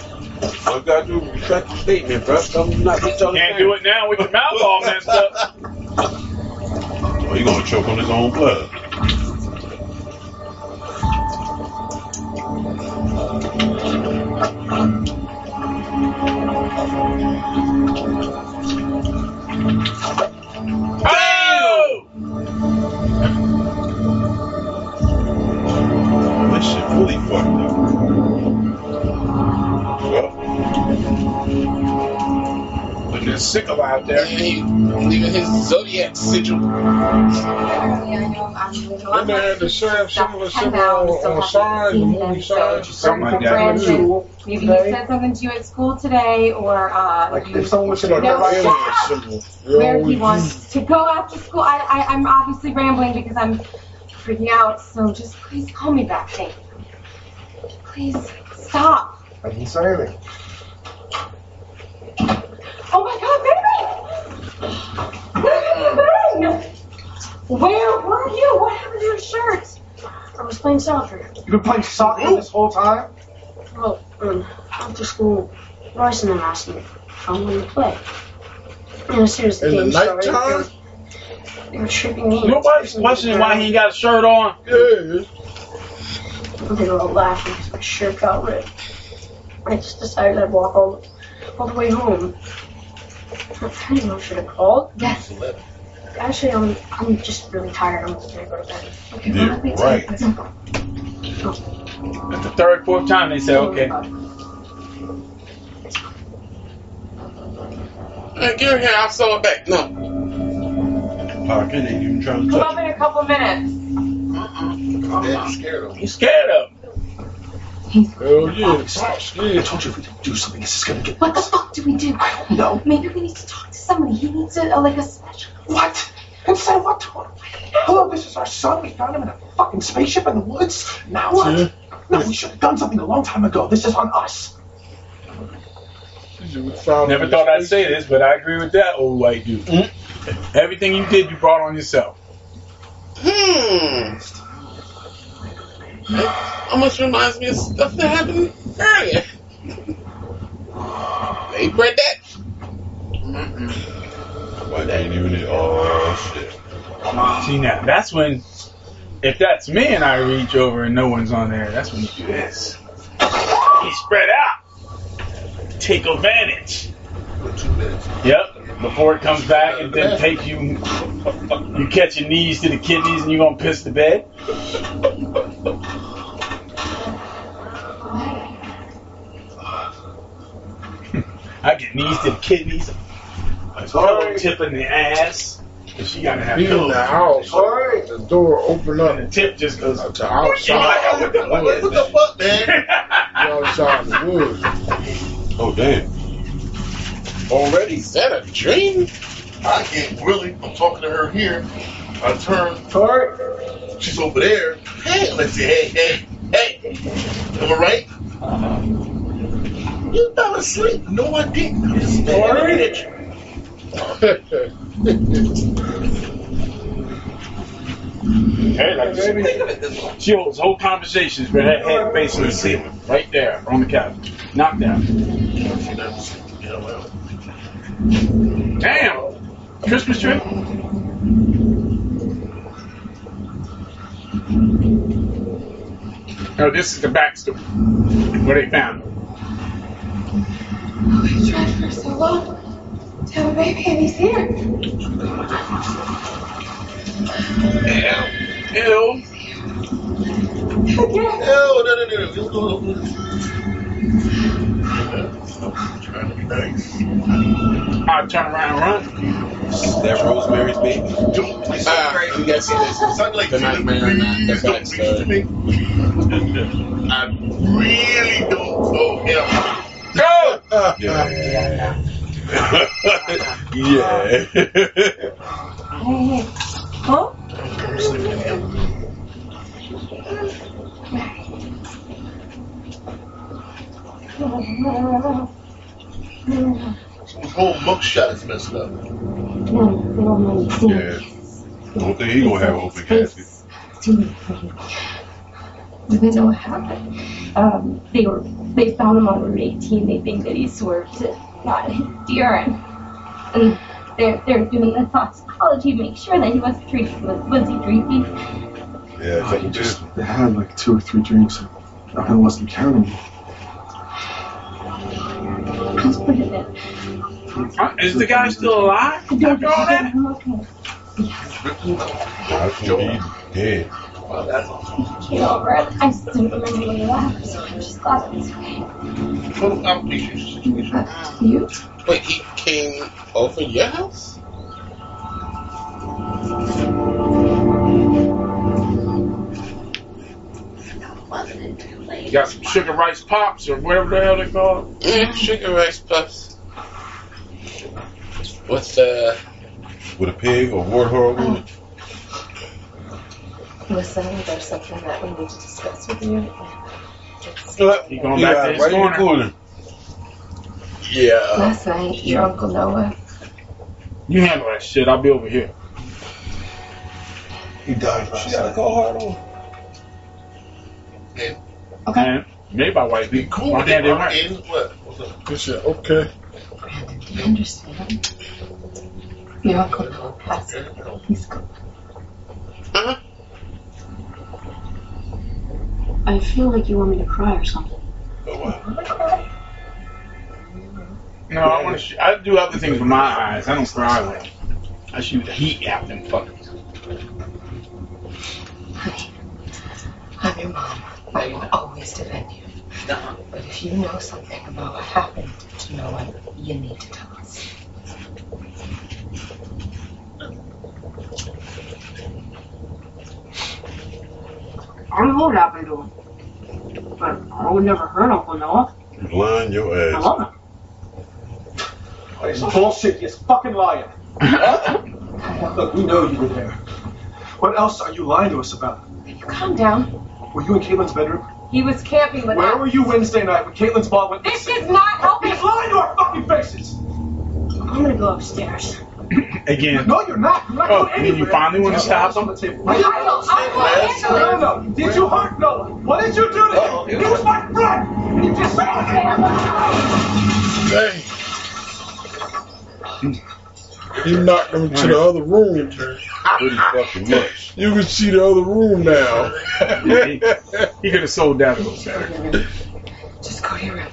Speaker 35: retract the statement, bro. I'm not be telling
Speaker 36: Can't do it now with your mouth all messed
Speaker 35: (laughs)
Speaker 36: up.
Speaker 1: Oh, you gonna choke on his own blood.
Speaker 36: Oh!
Speaker 1: This shit really fucked up.
Speaker 36: Look at this sickle out there.
Speaker 37: Leaving his zodiac sigil.
Speaker 38: Then they had the sheriff similar similar on, on signs, the movie signs,
Speaker 36: Something like
Speaker 38: Friends and
Speaker 36: that.
Speaker 12: Maybe he said something to you at school today, or uh,
Speaker 38: Like if someone should have
Speaker 12: No,
Speaker 38: like
Speaker 12: yeah. where he wants to go after school. I, I, I'm obviously rambling because I'm freaking out, so just please call me back, thank you. Please stop.
Speaker 11: I didn't say anything.
Speaker 12: Oh my god, baby! Baby!
Speaker 39: Where were you? What happened to your shirt? I was playing soccer.
Speaker 11: You've been playing soccer this whole time?
Speaker 39: Well, um, after school, Ryson asked me if I wanted to play. And as soon as the
Speaker 38: In the
Speaker 39: game started, they
Speaker 38: nighttime?
Speaker 39: were- they were tripping me. into
Speaker 15: Nobody's
Speaker 39: something
Speaker 15: questioning
Speaker 39: bad.
Speaker 15: why he ain't got a shirt on.
Speaker 38: Yeah.
Speaker 39: They were all laughing because my shirt got ripped. I just decided I'd walk all, all the way home. I didn't know should have called. Yes. Actually, I'm, I'm just really tired. I'm just gonna go to bed. Okay,
Speaker 1: Yeah,
Speaker 39: well, wait,
Speaker 1: right.
Speaker 39: wait, wait.
Speaker 15: At the third, fourth time, they said, okay.
Speaker 37: Hey, get in here. I'll sell it back. No.
Speaker 1: Pocket ain't even trying to
Speaker 12: Come
Speaker 1: touch
Speaker 12: up in a couple minutes.
Speaker 37: I'm scared of him.
Speaker 15: You scared of him.
Speaker 38: Hell yeah.
Speaker 11: I told you if we don't do something, this is gonna get
Speaker 12: What the fuck do we do?
Speaker 11: no.
Speaker 12: Maybe we need to talk to somebody. He needs a, like a special.
Speaker 11: What? And say what? to her? Hello, this is our son. We found him in a fucking spaceship in the woods. Now what?
Speaker 38: Yeah.
Speaker 11: No, we should have done something a long time ago. This is on us.
Speaker 15: Never thought I'd say this, but I agree with that old white dude. Everything you did, you brought on yourself.
Speaker 37: Hmm. It almost reminds me of stuff that happened earlier. they bred that.
Speaker 1: it. Why they ain't even in?
Speaker 10: uh,
Speaker 1: Oh shit.
Speaker 15: See now, that's when, if that's me and I reach over and no one's on there, that's when you do this. You spread out. Take advantage. Yep. Before it comes back and then take you, you catch your knees to the kidneys and you're gonna piss the bed. (laughs) I get knees to the kidneys, a pillow tip in the ass. 'cause She gotta have
Speaker 38: He in
Speaker 15: pillows.
Speaker 38: the house. The door opened up.
Speaker 15: The tip just goes
Speaker 38: to outside.
Speaker 15: What the- what the-
Speaker 38: What the fuck, man? outside the woods.
Speaker 1: Oh damn.
Speaker 37: Already is that a dream?
Speaker 10: I get really. I'm talking to her here. I turn. She's over there. Hey, let's say, hey, hey, hey. Am I right? You fell asleep. No, I didn't. I'm just staring at you.
Speaker 15: (laughs) Hey, like she holds whole conversations with her head facing the ceiling, right there on the couch, knocked down. Damn, Christmas tree. No, this is the backstory where they found him.
Speaker 40: I tried for so long to have a baby and he's here.
Speaker 12: (laughs)
Speaker 15: Ew. Ew.
Speaker 10: No, no, no, no. Just go. Trying to be nice.
Speaker 15: I turn around and run.
Speaker 35: That Rosemary's Baby.
Speaker 10: Don't be so
Speaker 37: Ah,
Speaker 10: crazy.
Speaker 37: you guys see this?
Speaker 10: Something like
Speaker 37: The Nightmare on the
Speaker 10: Please don't be to
Speaker 37: Backstory.
Speaker 10: me. I really don't know
Speaker 1: Yeah.
Speaker 10: him.
Speaker 15: Go.
Speaker 1: (laughs)
Speaker 3: Um,
Speaker 1: yeah.
Speaker 40: Hey, huh?
Speaker 10: His whole mugshot is messed up.
Speaker 1: yeah. Don't think he gonna have open casket.
Speaker 12: even know what happened. Um, they were they found him on Route 18. They think that he swerved, not his urine, and they're they're doing the toxicology to make sure that he wasn't drinking. Was, was he drinking?
Speaker 1: Yeah, I think you
Speaker 41: just had like two or three drinks. I kinda wasn't counting.
Speaker 12: Just put it in.
Speaker 15: Uh, Is the guy still alive? After all that?
Speaker 1: I think he dead.
Speaker 12: Came over. and I just didn't remember when he left, so I'm just glad it was okay.
Speaker 3: Well, I'm pleased with the situation.
Speaker 12: You?
Speaker 3: Wait, he came over your house?
Speaker 42: You got some sugar rice pops or whatever the hell they call it.
Speaker 3: Mm, sugar rice puffs. What's the
Speaker 1: With a pig or warthog on
Speaker 3: Oh,
Speaker 1: it.
Speaker 43: Listen, there's something that we need to discuss with you.
Speaker 42: He going back to his
Speaker 3: right in the
Speaker 42: corner.
Speaker 3: Yeah.
Speaker 43: Last night, your Uncle Noah,
Speaker 42: You handle that shit. I'll be over here.
Speaker 3: He died last night.
Speaker 42: Go hard on.
Speaker 43: Okay.
Speaker 42: Man, made by white people.
Speaker 3: Cool.
Speaker 42: My dad didn't work.
Speaker 3: In what? What's up?
Speaker 10: Good shit. Okay.
Speaker 43: do you understand? Your Uncle Noah passed. He's gone.
Speaker 44: I feel like you want me to cry or something.
Speaker 1: Oh,
Speaker 42: No, I want to. Sh- I do other things with my eyes. I don't cry with them. I shoot heat at them fuckers.
Speaker 43: I'm your mom. I will always defend you. But if you know something about what happened to Noah, you need to tell us.
Speaker 45: I don't know what happened to him. But I would never hurt Uncle Noah.
Speaker 1: You lying your
Speaker 45: I
Speaker 1: ass.
Speaker 45: love him.
Speaker 11: It's bullshit. You're
Speaker 42: (laughs)
Speaker 11: fucking lying. Look, we know you were there. What else are you lying to us about?
Speaker 12: Calm down.
Speaker 11: Were you in Caitlin's bedroom?
Speaker 12: He was camping with
Speaker 11: Where
Speaker 12: us.
Speaker 11: were you Wednesday night when Caitlin's mom went? (laughs)
Speaker 12: This is not helping.
Speaker 11: He's lying to our fucking faces.
Speaker 44: I'm gonna go upstairs.
Speaker 15: Again.
Speaker 11: No, you're not. You're not
Speaker 15: Oh,
Speaker 11: going
Speaker 15: I mean, you
Speaker 11: anywhere.
Speaker 15: finally want to stop him?
Speaker 11: I don't. I don't handle it. Did you hurt Noah? What did you do to
Speaker 42: Oh,
Speaker 11: him? He was my friend. And you just
Speaker 10: Dang.
Speaker 1: Hmm.
Speaker 10: He knocked him to the other room.
Speaker 1: Pretty fucking much.
Speaker 10: You can see the other
Speaker 1: (laughs)
Speaker 10: room now. (laughs)
Speaker 42: he could have sold that a little better.
Speaker 43: Just go to your room.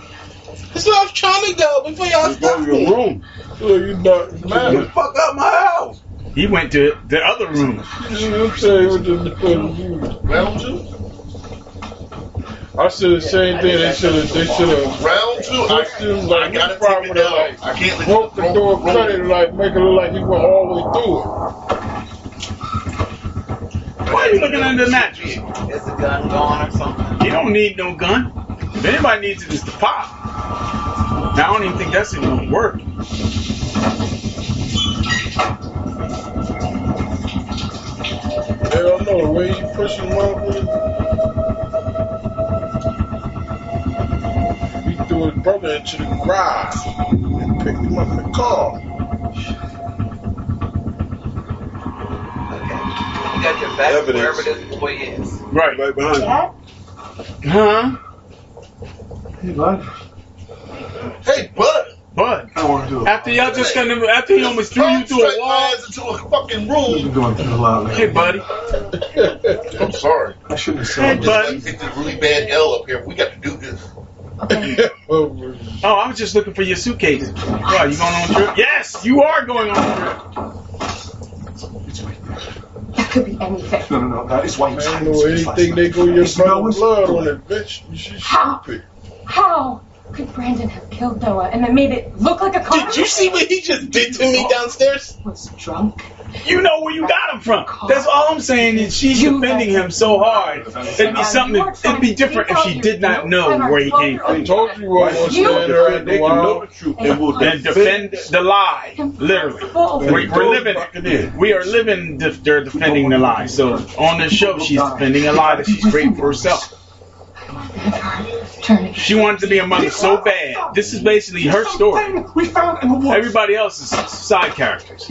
Speaker 3: That's where I was trying to go before y'all
Speaker 1: Go to
Speaker 3: stopped
Speaker 1: your
Speaker 3: me.
Speaker 1: room.
Speaker 10: Look, you knocked him
Speaker 1: Get the
Speaker 10: out.
Speaker 1: fuck out my house.
Speaker 42: He went to the other room.
Speaker 10: You know what I'm saying? What the fuck you do?
Speaker 3: Round two.
Speaker 10: I said the same thing. They should have. They should have.
Speaker 3: Round two.
Speaker 10: Pushed
Speaker 3: I,
Speaker 10: him like
Speaker 3: I gotta
Speaker 10: in
Speaker 3: take
Speaker 10: front
Speaker 3: it
Speaker 10: with it,
Speaker 3: down.
Speaker 10: like
Speaker 3: I can't let
Speaker 10: broke the door, cut it, like make it look like he went all the way through it.
Speaker 15: Why are you looking under the mattress? Is the gun gone or something? You don't need no gun. If anybody needs it, it's the pop. Now, I don't even think that's even gonna work.
Speaker 10: Hell no, the way you push him up with it. He threw his brother into the garage and picked him up in the car.
Speaker 46: You got your back
Speaker 1: Evidence.
Speaker 46: wherever this boy is.
Speaker 15: Right.
Speaker 1: Right behind you.
Speaker 15: Huh?
Speaker 11: Hey, bud.
Speaker 3: Hey, bud.
Speaker 15: Bud.
Speaker 11: I don't want to do it.
Speaker 15: After y'all just gonna, after he almost threw you through a
Speaker 3: Straight
Speaker 15: wall.
Speaker 3: lines into a fucking
Speaker 11: You've
Speaker 3: room.
Speaker 11: been going through a lot
Speaker 15: Hey,
Speaker 11: lately.
Speaker 15: buddy.
Speaker 3: I'm
Speaker 10: (laughs)
Speaker 3: sorry.
Speaker 11: I shouldn't have
Speaker 15: Hey,
Speaker 11: said that.
Speaker 15: bud. Buddy.
Speaker 3: Buddy. Take this really bad L up here. We got to do this.
Speaker 15: Oh, I was just looking for your suitcase. Why, you going on a trip? Yes, you are going on a trip.
Speaker 12: That could be anything.
Speaker 11: No, no, no. That is why he
Speaker 10: I
Speaker 11: was
Speaker 10: don't
Speaker 11: hiding
Speaker 10: know
Speaker 11: his face last
Speaker 10: anything they
Speaker 11: night.
Speaker 10: go your
Speaker 11: It's no
Speaker 10: brother's
Speaker 11: one's
Speaker 10: blood on
Speaker 11: fault.
Speaker 10: it, bitch. You should
Speaker 12: How?
Speaker 10: stupid.
Speaker 12: How could Brandon have killed Noah and then made it look like a car?
Speaker 3: Did you see what he just did to me downstairs?
Speaker 12: was drunk.
Speaker 15: You know where you got him from. That's all I'm saying. Is she's defending him so hard. It'd be something. It'd be different if she did not know where he came
Speaker 10: I
Speaker 15: from.
Speaker 10: told you I was
Speaker 1: You-
Speaker 10: stand there at
Speaker 1: They
Speaker 10: the
Speaker 1: can know the
Speaker 10: wild.
Speaker 1: truth and will
Speaker 15: Then defend the lie. Literally, we, we're
Speaker 1: Fucking
Speaker 15: living.
Speaker 1: is.
Speaker 15: We are living. Def- they're defending the lie. So on the show, she's defending a lie that she's creating for herself.
Speaker 43: Turn it.
Speaker 15: She wanted to be a mother so bad. This is basically her story.
Speaker 11: We found in the woods.
Speaker 15: Everybody else is side characters.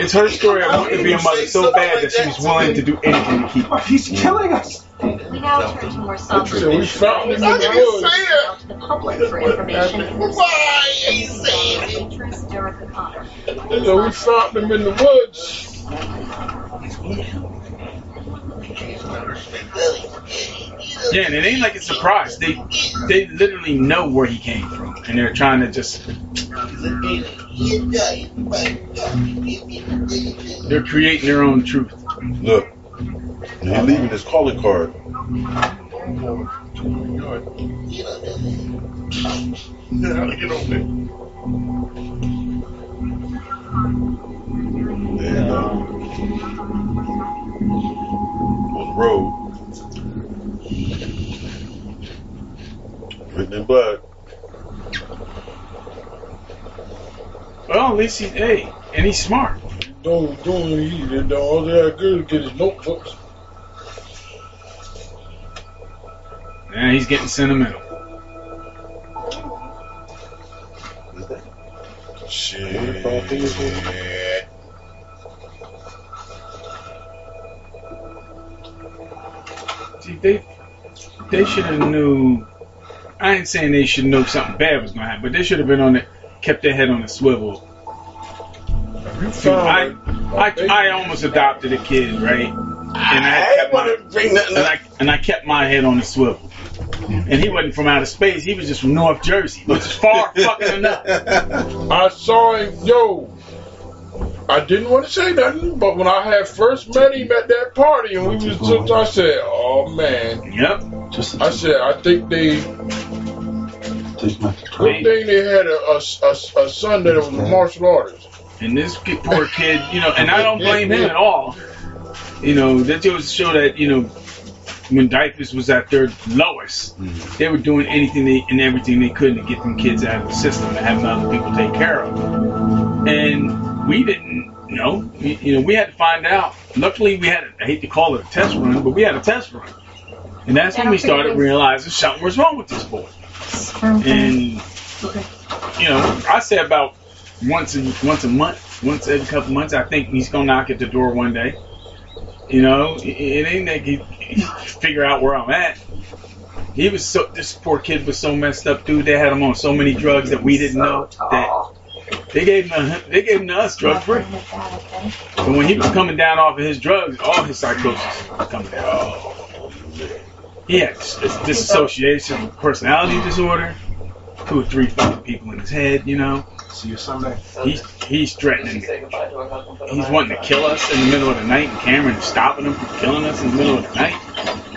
Speaker 15: It's her story. I wanted to be a mother so bad that she was willing to do anything to keep.
Speaker 11: He's killing us.
Speaker 9: We
Speaker 16: now turn to more solemn
Speaker 10: So we found
Speaker 16: matters.
Speaker 10: him in the woods.
Speaker 16: Out to the public for information. Why are you saying? Interest Derek O'Connor.
Speaker 10: So we found him in the woods.
Speaker 15: Yeah, and it ain't like a surprise. They they literally know where he came from, and they're trying to just they're creating their own truth.
Speaker 3: Look, you're leaving this calling card. And, uh, on the road, written in blood.
Speaker 15: Well, at least he's hey, and he's smart.
Speaker 10: Don't do it. All they had good get his notebooks.
Speaker 15: Now he's getting sentimental.
Speaker 3: Shit.
Speaker 15: See, they they should have knew. I ain't saying they should know something bad was gonna happen, but they should have been on it, kept their head on a swivel. Dude, I, I, I almost adopted a kid, right? And I, kept my, and, I, and I kept my head on a swivel. And he wasn't from outer space; he was just from North Jersey, which is far fucking enough.
Speaker 10: I saw him, yo. I didn't want to say nothing, but when I had first met him at that party and we was just, I said, oh man.
Speaker 15: Yep.
Speaker 10: I said, I think they, good thing they had a, a, a, a son that was a martial artist.
Speaker 15: And this ki- poor kid, you know, and I don't blame him at all. You know, that goes to show that, you know, when diapers was at their lowest, they were doing anything they, and everything they could to get them kids out of the system and having other people take care of them. And we didn't know. We- You know, we had to find out. Luckily, we had, a, I hate to call it a test run, but we had a test run. And that's when we started realizing something was wrong with this boy. And you know, I say about once a, once a month, once every couple months, I think he's gonna knock at the door one day. You know, it, it ain't that he he figure out where I'm at. He was so this poor kid was so messed up, dude. They had him on so many drugs that we didn't know that they gave him to- they gave him to us drug free. And when he was coming down off of his drugs, all his psychosis was coming down. He had dis- dis- dissociation, personality disorder, two or three fucking people in his head, you know.
Speaker 8: See you Sunday.
Speaker 15: He's he's threatening. He's wanting to kill us in the middle of the night, and Cameron's stopping him from killing us in the middle of the night.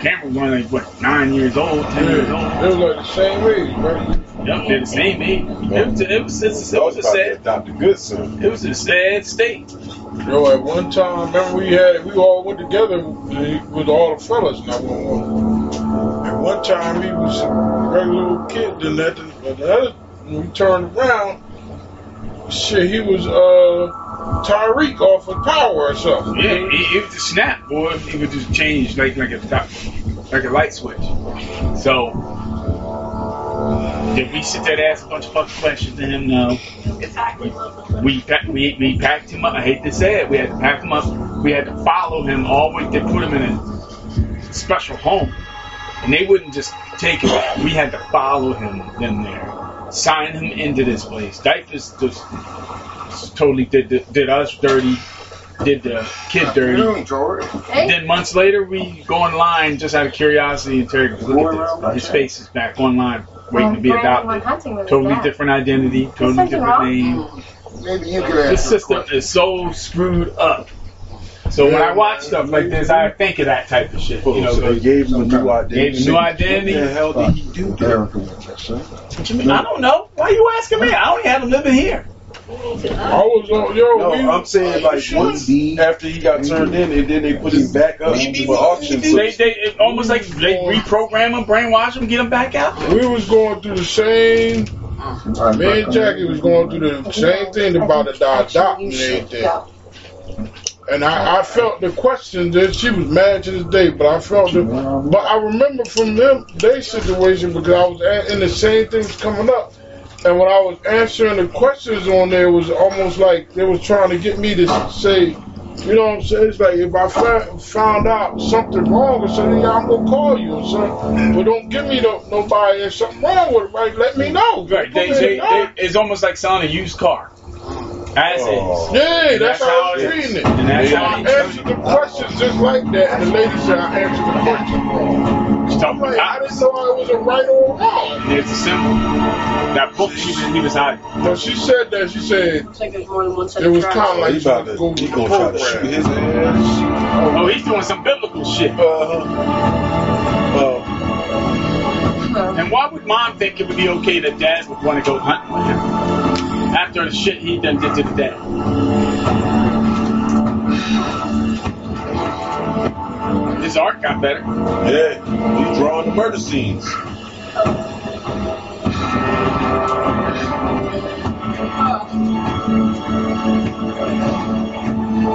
Speaker 15: Cameron was only, what, nine years old, ten years old.
Speaker 10: They were like the same age, right?
Speaker 15: Yep, they're the same age. It was, it was, it's- it was a sad. It was a sad state.
Speaker 10: Yo, at one time, remember we had we all went together eh, with all the fellas. Now, at one time he was a regular little kid. Then that, but the other, when we turned around, shit, he was uh Tyreek off of Power or something.
Speaker 15: Yeah, it, it was a snap, boy. It would just change like like a top, like a light switch. So did we sit there and ask a bunch of fucking questions to him? No. We pack, we we packed him up. I hate to say it, we had to pack him up. We had to follow him all the way. They put him in a special home, and they wouldn't just take him. We had to follow him in there, sign him into this place. Dyfus just totally did the, did us dirty, did the kid dirty. Then months later, we go online just out of curiosity and Terry goes, look at this. His face is back online, waiting to be adopted. Totally different identity, totally
Speaker 47: something
Speaker 15: different
Speaker 47: wrong?
Speaker 15: name.
Speaker 47: Maybe you could
Speaker 15: This
Speaker 47: ask.
Speaker 15: system is so screwed up. So when I watch stuff like this, I think of that type of shit. You know,
Speaker 19: so they gave him a new
Speaker 15: gave
Speaker 19: identity.
Speaker 15: him new identity.
Speaker 19: What the hell did he do?
Speaker 15: What you mean? I don't know. Why you asking me? I only had him living here.
Speaker 10: I was on, yo.
Speaker 19: No, I'm saying like once after he got turned in, and then they put him back up for auction. So
Speaker 15: They, they it almost like they reprogram him, brainwash him, get him back out. there.
Speaker 10: We was going through the same. Me and Jackie was going through the same thing about the dot and everything. And I, I felt the question that she was mad to this day, but I felt it. But I remember from them their situation because I was a- and the same thing was coming up. And when I was answering the questions on there, it was almost like they was trying to get me to say You know what I'm saying? It's like if I fa- found out something wrong or something, yeah, I'm gonna call you or something. But don't give me no, nobody there's something wrong with it, right? Let me know.
Speaker 15: Right. They,
Speaker 10: Put me
Speaker 15: they,
Speaker 10: in the
Speaker 15: they, it's almost like selling a used car. As is.
Speaker 10: Yeah,
Speaker 15: And
Speaker 10: that's, how I'm treating it.
Speaker 15: And that's
Speaker 10: Yeah.
Speaker 15: how
Speaker 10: I answered the questions just like that. And the lady said I answered the question wrong. I'm like, I didn't know I was a right or a wrong.
Speaker 15: It's a symbol. That book she, he was hiding.
Speaker 10: But she said that. She said
Speaker 9: It's like there's more than one set
Speaker 10: it was kind
Speaker 9: tracks.
Speaker 12: (laughs)
Speaker 10: of like you about to go with the program.
Speaker 15: Oh, he's doing some biblical shit.
Speaker 10: Uh-huh.
Speaker 3: Oh,
Speaker 15: and why would mom think it would be okay that dad would want to go hunting with him after the shit he done did to the dad? His art got better.
Speaker 3: Yeah, he's drawing the murder scenes.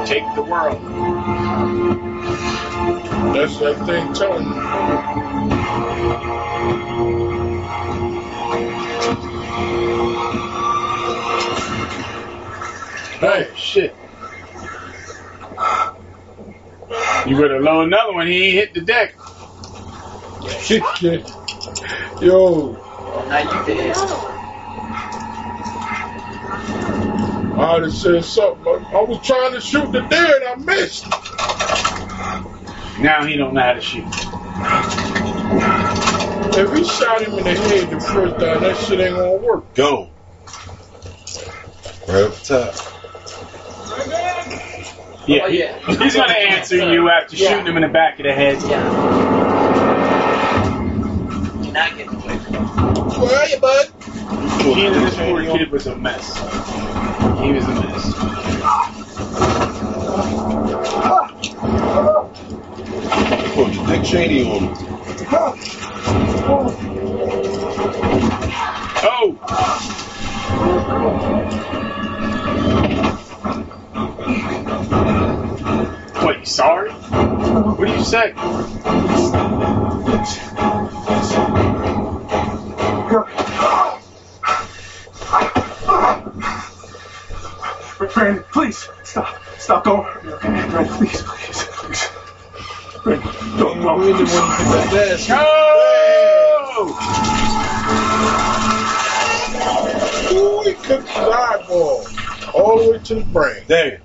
Speaker 15: Take the world.
Speaker 10: That's that thing telling you.
Speaker 15: Hey, shit. You better load another one. He ain't hit the deck.
Speaker 10: Shit. Yo.
Speaker 48: Now you did.
Speaker 10: I done said something. but I was trying to shoot the deer and I missed.
Speaker 15: Now he don't know how to shoot.
Speaker 10: If he shot him in the head the first time, that shit ain't gonna work.
Speaker 3: Go. (laughs) Right up the top.
Speaker 15: Yeah, he- he's gonna answer you after shooting him in the back of the head.
Speaker 48: You're not getting away.
Speaker 15: Where are you, bud? He and this poor kid was a mess. He was a mess.
Speaker 3: Put your Dick Cheney on him.
Speaker 15: Oh! What, you sorry? What do you say?
Speaker 20: Brandon, please stop. Stop. Don't hurt me, okay? Brandon, please, please, please. Brandon, don't, don't. Really
Speaker 10: Ooh, he cooked his eyeball all the way to the brain.
Speaker 15: There.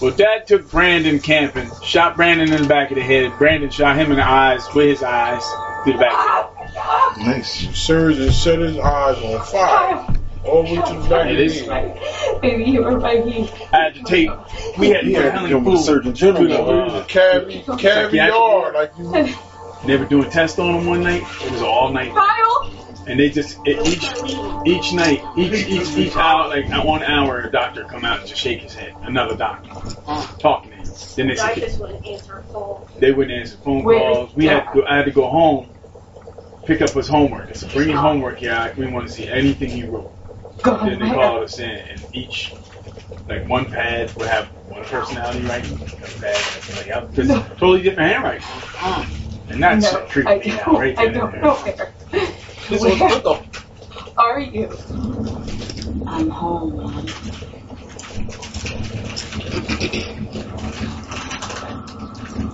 Speaker 15: Well, Dad took Brandon camping, shot Brandon in the back of the head. Brandon shot him in the eyes with his eyes through the back. Of
Speaker 10: Nice. Seriously, set his eyes on fire all the way to the back of his head.
Speaker 5: Baby, you were Mikey.
Speaker 15: the head. I had to take. We had
Speaker 10: Yeah,
Speaker 15: yeah,
Speaker 10: it
Speaker 15: Helen
Speaker 10: was
Speaker 15: Fool. Surgeon
Speaker 10: General, Cavi- caviar, like you.
Speaker 15: They were doing tests on him one night. It was all night. And they just it, each each night, each each each hour, like at one hour, a doctor come out and just shake his head. Another doctor talking to him. Then they said,
Speaker 4: wouldn't answer a phone.
Speaker 15: They wouldn't answer phone
Speaker 4: Wait.
Speaker 15: calls. We had to go, I had to go home, pick up his homework. I said, bring your homework here. I- We want to see anything you wrote.
Speaker 5: Oh
Speaker 15: Then they called us in, and each, like one pad would have one personality writing, another pad has somebody else. 'Cause totally different handwriting. And that
Speaker 5: No,
Speaker 15: shit creeped
Speaker 5: I
Speaker 15: me out
Speaker 5: don't-
Speaker 15: right
Speaker 5: I
Speaker 15: then
Speaker 5: don't
Speaker 15: and
Speaker 5: know
Speaker 15: there.
Speaker 5: where.
Speaker 15: This was
Speaker 5: Where
Speaker 15: good though.
Speaker 5: are you?
Speaker 7: I'm home, Mom.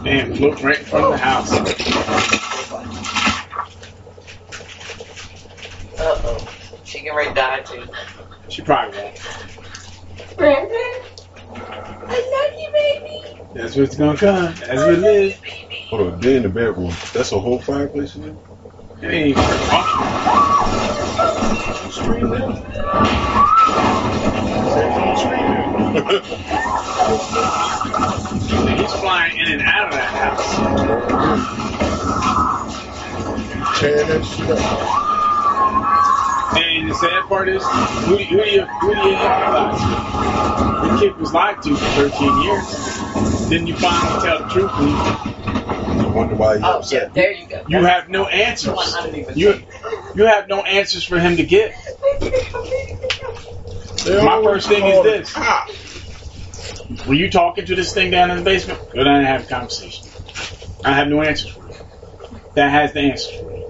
Speaker 15: Damn, looked right in front of the house.
Speaker 48: Uh oh. She can right die too.
Speaker 15: She probably won't.
Speaker 5: Brandon? I love you, baby.
Speaker 15: That's what's gonna come. That's what it is.
Speaker 3: Hold on, they in the bedroom. That's a whole fireplace in there?
Speaker 15: Hey,
Speaker 3: (laughs)
Speaker 15: He's flying in and out of that house.
Speaker 10: Tearing that shit up.
Speaker 15: And the sad part is, who do, who do you who do you lie to? The kid was lied to for 13 years. Then you finally tell the truth. And
Speaker 3: I wonder why he's upset.
Speaker 48: There you go.
Speaker 15: you have no answers. You you have no answers for him to give. My first thing is this: Were you talking to this thing down in the basement? Go down and have a conversation. I have no answers for you. That has the answers for you.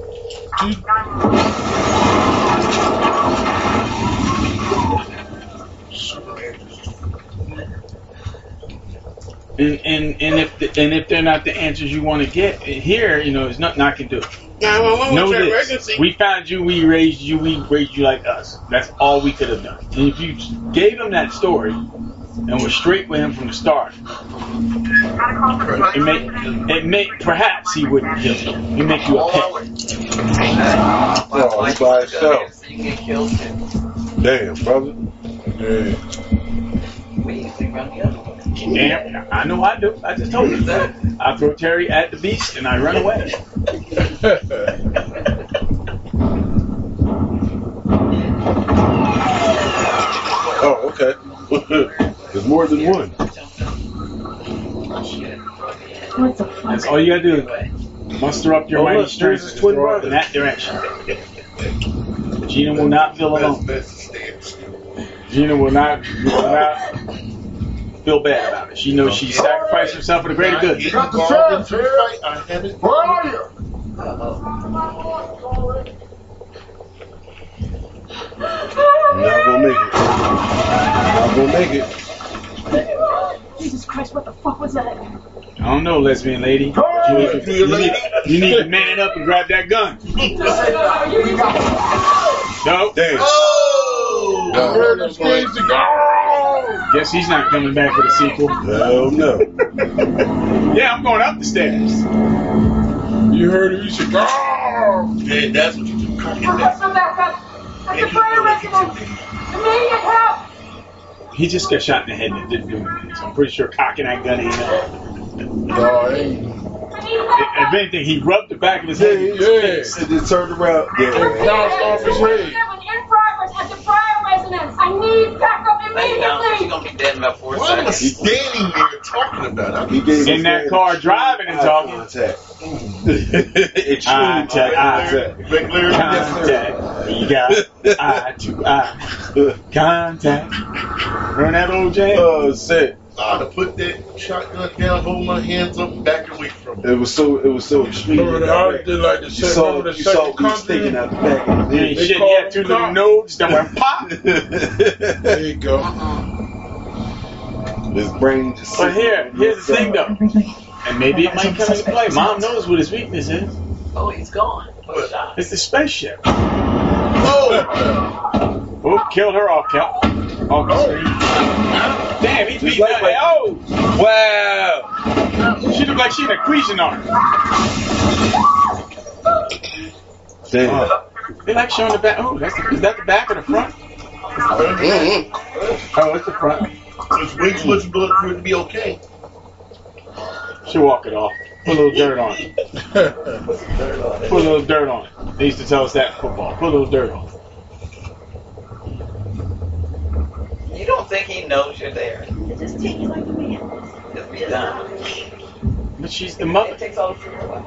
Speaker 15: And and and if the, and if they're not the answers you want to get here, you know, there's nothing I can do.
Speaker 10: I'm
Speaker 15: know
Speaker 10: with your
Speaker 15: this.
Speaker 10: emergency.
Speaker 15: We found you, we raised you, we raised you like us. That's all we could have done. And if you gave him that story and were straight with him from the start, it may, it may perhaps he wouldn't kill you. He make you a pet.
Speaker 3: No, he's by himself.
Speaker 11: So you get killed too.
Speaker 3: Damn, brother. Yeah.
Speaker 11: We usually run the other way.
Speaker 15: (laughs) Damn, I know I do. I just told you that. I throw Terry at the beast and I run away.
Speaker 3: Oh, okay. (laughs) There's more than one.
Speaker 12: What the
Speaker 15: That's all you gotta do. Muster up your
Speaker 3: Oh,
Speaker 15: mighty
Speaker 3: look, there's
Speaker 15: strength
Speaker 3: his
Speaker 15: and
Speaker 3: twin
Speaker 15: throw up in that direction. Gina will not feel alone. Gina will not, will not feel bad about it. She knows she sacrificed herself for the greater good.
Speaker 10: You got the sheriff, Terry. I have it. Where are you?
Speaker 3: I'm not gonna make it. I'm not gonna make it.
Speaker 12: Jesus Christ, what the fuck was that?
Speaker 15: I don't know, lesbian lady. but You need, to, you, need, you need to man it up and grab that gun. No. Damn. Guess he's not coming back for the sequel.
Speaker 3: Hell no.
Speaker 15: yeah, I'm going up the stairs.
Speaker 1: You heard him? You should go.
Speaker 10: Yeah, that's what you do.
Speaker 15: He just got shot in the head and it didn't do anything. So I'm pretty sure cocking that gun ain't up. If anything, he rubbed the back of his head. with his
Speaker 3: And then turned around. Yeah.
Speaker 1: Bounced off his head.
Speaker 12: In progress at the prior residence. I need backup
Speaker 11: Lay down, she's
Speaker 12: immediately.
Speaker 11: gonna be dead in about four
Speaker 10: Why am I
Speaker 11: seconds.
Speaker 10: standing there talking about
Speaker 3: He
Speaker 10: it?
Speaker 3: gave
Speaker 15: In
Speaker 3: us
Speaker 15: that car driving and
Speaker 3: eye
Speaker 15: talking.
Speaker 3: Contact.
Speaker 15: fist. Eye to eye contact. You got eye to eye contact. Run that old jam.
Speaker 3: Oh shit!
Speaker 10: I'd have put that shotgun down, hold my hands up, back away from it.
Speaker 3: It was so it was so extreme.
Speaker 1: Remember the- I did like the
Speaker 3: you
Speaker 1: second-
Speaker 3: saw
Speaker 1: remember the
Speaker 3: you saw
Speaker 1: second
Speaker 3: me sticking out the back of
Speaker 15: You
Speaker 3: his
Speaker 15: ain't
Speaker 1: They
Speaker 3: head.
Speaker 15: shit.
Speaker 1: call
Speaker 15: He had two
Speaker 1: him
Speaker 15: little
Speaker 1: cock.
Speaker 15: nodes that went pop.
Speaker 1: There you go.
Speaker 3: (laughs) His brain just.
Speaker 15: But here, here's the thing though. And maybe it might come into play. Mom knows what his weakness is.
Speaker 11: Oh, he's gone. What a shot.
Speaker 15: It's the spaceship. Oh, killed her off count. Off Damn, he's beating
Speaker 3: like
Speaker 15: that. Oh! Wow! She looked like she in a Cuisinart.
Speaker 3: Damn.
Speaker 15: They like showing the back. Oh, that's the, is that the back or the front? Oh, it's the front.
Speaker 10: This Uh-huh. wings was blood for it to be okay.
Speaker 15: She walk it off. Put a little dirt on it. Put a little dirt on it. They used to tell us that in football. Put a little dirt on it.
Speaker 11: You don't think he knows you're there.
Speaker 12: Just take it like a man.
Speaker 11: Just be done.
Speaker 15: But she's the
Speaker 11: It
Speaker 15: mother.
Speaker 11: takes all the food away.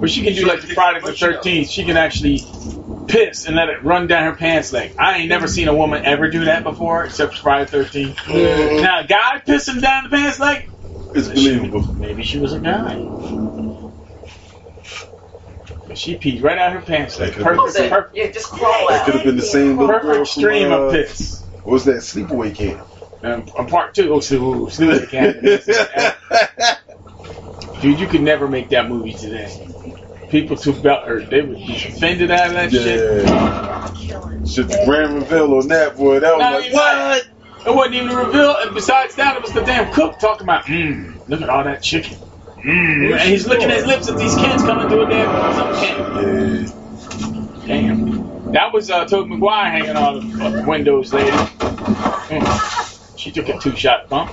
Speaker 15: But she can do like the Friday the 13th. She can actually piss and let it run down her pants leg. I ain't never seen a woman ever do that before, except Friday the 13th. Now, a guy pissing down the pants leg?
Speaker 3: It's believable.
Speaker 15: Maybe she was a guy. But she peed right out her pants leg.
Speaker 3: That could've
Speaker 15: Perfect,
Speaker 3: been-
Speaker 15: perfect,
Speaker 11: Yeah, just crawl
Speaker 3: That could
Speaker 11: out.
Speaker 3: have been the same little girl
Speaker 15: perfect
Speaker 3: from,
Speaker 15: stream
Speaker 3: uh,
Speaker 15: of piss.
Speaker 3: What was that sleepaway camp?
Speaker 15: And, and part two, oh, Snoop,
Speaker 3: (laughs)
Speaker 15: Snoop Cannon. (laughs) Dude, you could never make that movie today. People took about her, they would be offended out of that shit.
Speaker 3: Yeah. Shit, the grand reveal on that boy. That was
Speaker 15: No,
Speaker 3: like
Speaker 15: you what? It wasn't even a reveal. And besides that, it was the damn cook talking about, mmm, look at all that chicken.
Speaker 3: Hmm.
Speaker 15: Mmm. And he's licking his lips at these kids coming through a damn summer camp.
Speaker 3: Yeah.
Speaker 15: Damn. That was uh, Toby McGuire hanging out of uh, the windows, lady. Mm. She took a two shot bump.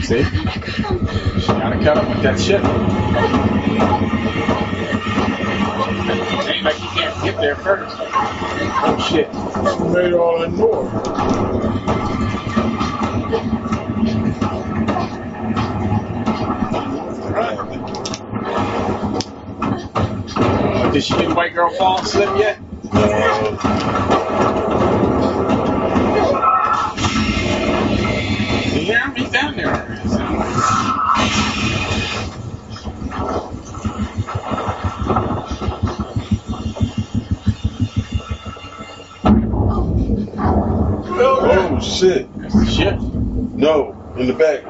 Speaker 15: See? She gotta cut him with that shit. Ain't like you can't get there first. Oh shit.
Speaker 1: Made all that noise.
Speaker 15: Did she do white girl fall and slip yet? You hear him? He's down there.
Speaker 49: Oh, Shit.
Speaker 15: Shit.
Speaker 49: No, in the back.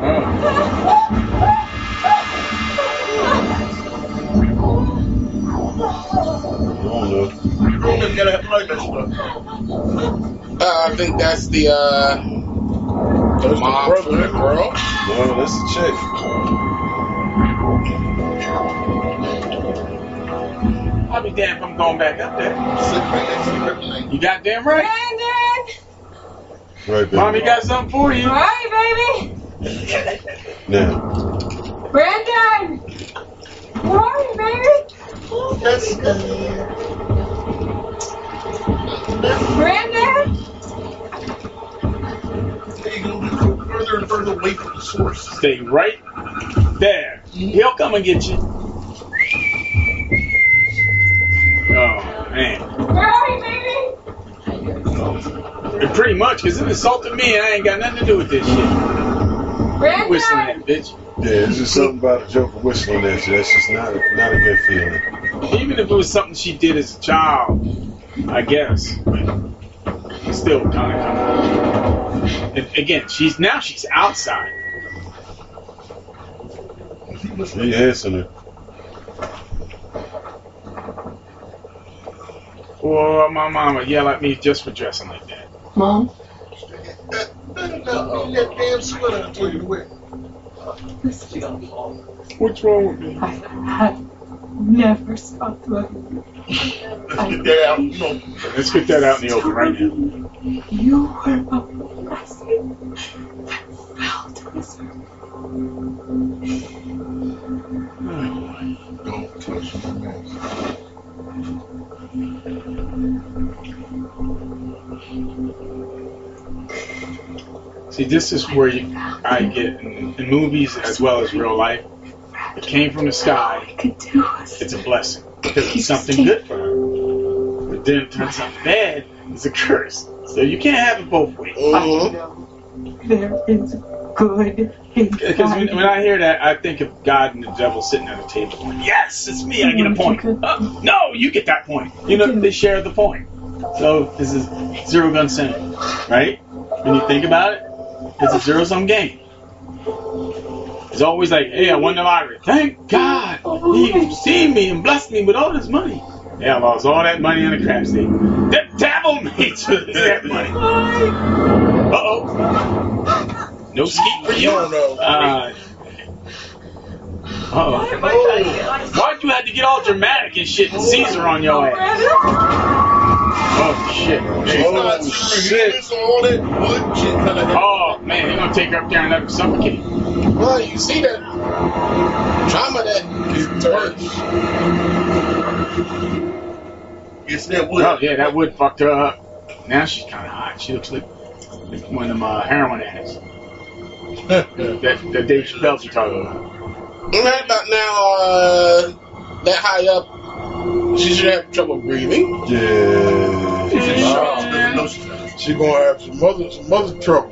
Speaker 10: Roman gotta have blood pressure. Uh, I think that's the uh, mom the from the
Speaker 49: No,
Speaker 10: girl.
Speaker 49: that's the chick.
Speaker 15: I'll be damned if I'm going back up there. You goddamn right.
Speaker 50: Brandon!
Speaker 49: Right, baby.
Speaker 15: Mommy got something for you.
Speaker 50: Right, baby?
Speaker 49: Now,
Speaker 50: Brandon! Where are you, baby?
Speaker 10: That's
Speaker 50: Brandon!
Speaker 10: Further and further away from the source.
Speaker 15: Stay right there. He'll come and get you. Oh, man.
Speaker 50: Where are you, baby?
Speaker 15: And pretty much, because it insulted me and I ain't got nothing to do with this shit.
Speaker 50: Brandon!
Speaker 15: Whistling at it, bitch.
Speaker 49: yeah, it's just something about a joker whistling at you. That's just not a, not a good feeling.
Speaker 15: Even if it was something she did as a child, I guess. But it's still kind of And Again, she's now she's outside.
Speaker 49: He answering it.
Speaker 15: Or my mama yell at me just for dressing like that.
Speaker 12: Mom?
Speaker 10: That damn sweater I told you to wear.
Speaker 15: What's wrong with me?
Speaker 12: I have never spoke to a
Speaker 15: Let's get that out. in the open. Let's get that out in the open right now.
Speaker 12: You were a blessing that fell to this earth.
Speaker 10: Don't touch my man.
Speaker 15: See, this is where you, I get in, in movies as well as real life. It came from the sky. It's a blessing because it's something good for her. But then it turns out bad. It's a curse. So you can't have it both ways.
Speaker 49: Uh-huh.
Speaker 12: There is good
Speaker 15: Because when, when I hear that, I think of God and the devil sitting at a table. going, Yes, it's me. I get a point. Uh, no, you get that point. You know, they share the point. So this is zero gun cinema, right? When you think about it, it's a zero sum game. It's always like, hey, I won the lottery. Thank God he seen me and blessed me with all this money. Yeah, I lost all that money on the crap table. The devil (laughs) made you lose that money. Uh oh. No skeet for you.
Speaker 10: No, no.
Speaker 15: Uh, oh. Why'd you have to get all dramatic and shit and Caesar on your ass? Oh shit.
Speaker 10: She's
Speaker 49: Oh,
Speaker 10: not screaming so all that wood shit kind of
Speaker 15: Oh man, they're gonna take her up there and let her suffocate.
Speaker 10: Well, you see that trauma that is worse. It's that wood.
Speaker 15: Oh yeah, that wood fucked her up. Now she's kinda hot. She looks like like one of them uh, heroin
Speaker 10: (laughs)
Speaker 15: addicts. that that Dave Chappelle you talking about.
Speaker 10: Right about now, uh, that high up, she should have trouble breathing.
Speaker 49: Yeah.
Speaker 10: She's in shock. She doesn't know she's-
Speaker 51: She gonna have some mother some mother trouble.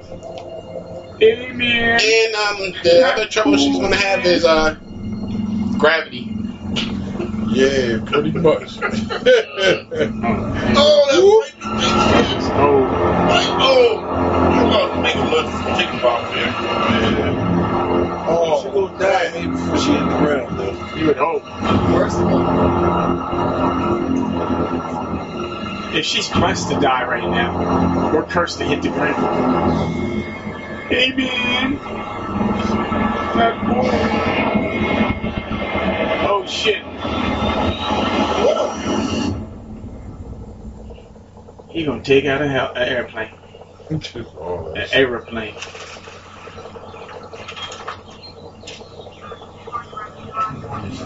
Speaker 10: And um, the other trouble she's gonna have is uh, gravity.
Speaker 51: Yeah, pretty much.
Speaker 10: (laughs) Oh, that's
Speaker 15: Oh,
Speaker 10: like, oh, you about to make a little chicken bomb there.
Speaker 49: yeah.
Speaker 51: Oh,
Speaker 49: She gonna die maybe before she hit the ground though.
Speaker 15: you would hope. If she's blessed to die right now, we're cursed to hit the ground. Amen. That boy. Oh shit. He gonna take out a hel- an airplane.
Speaker 51: Oh,
Speaker 15: An aeroplane.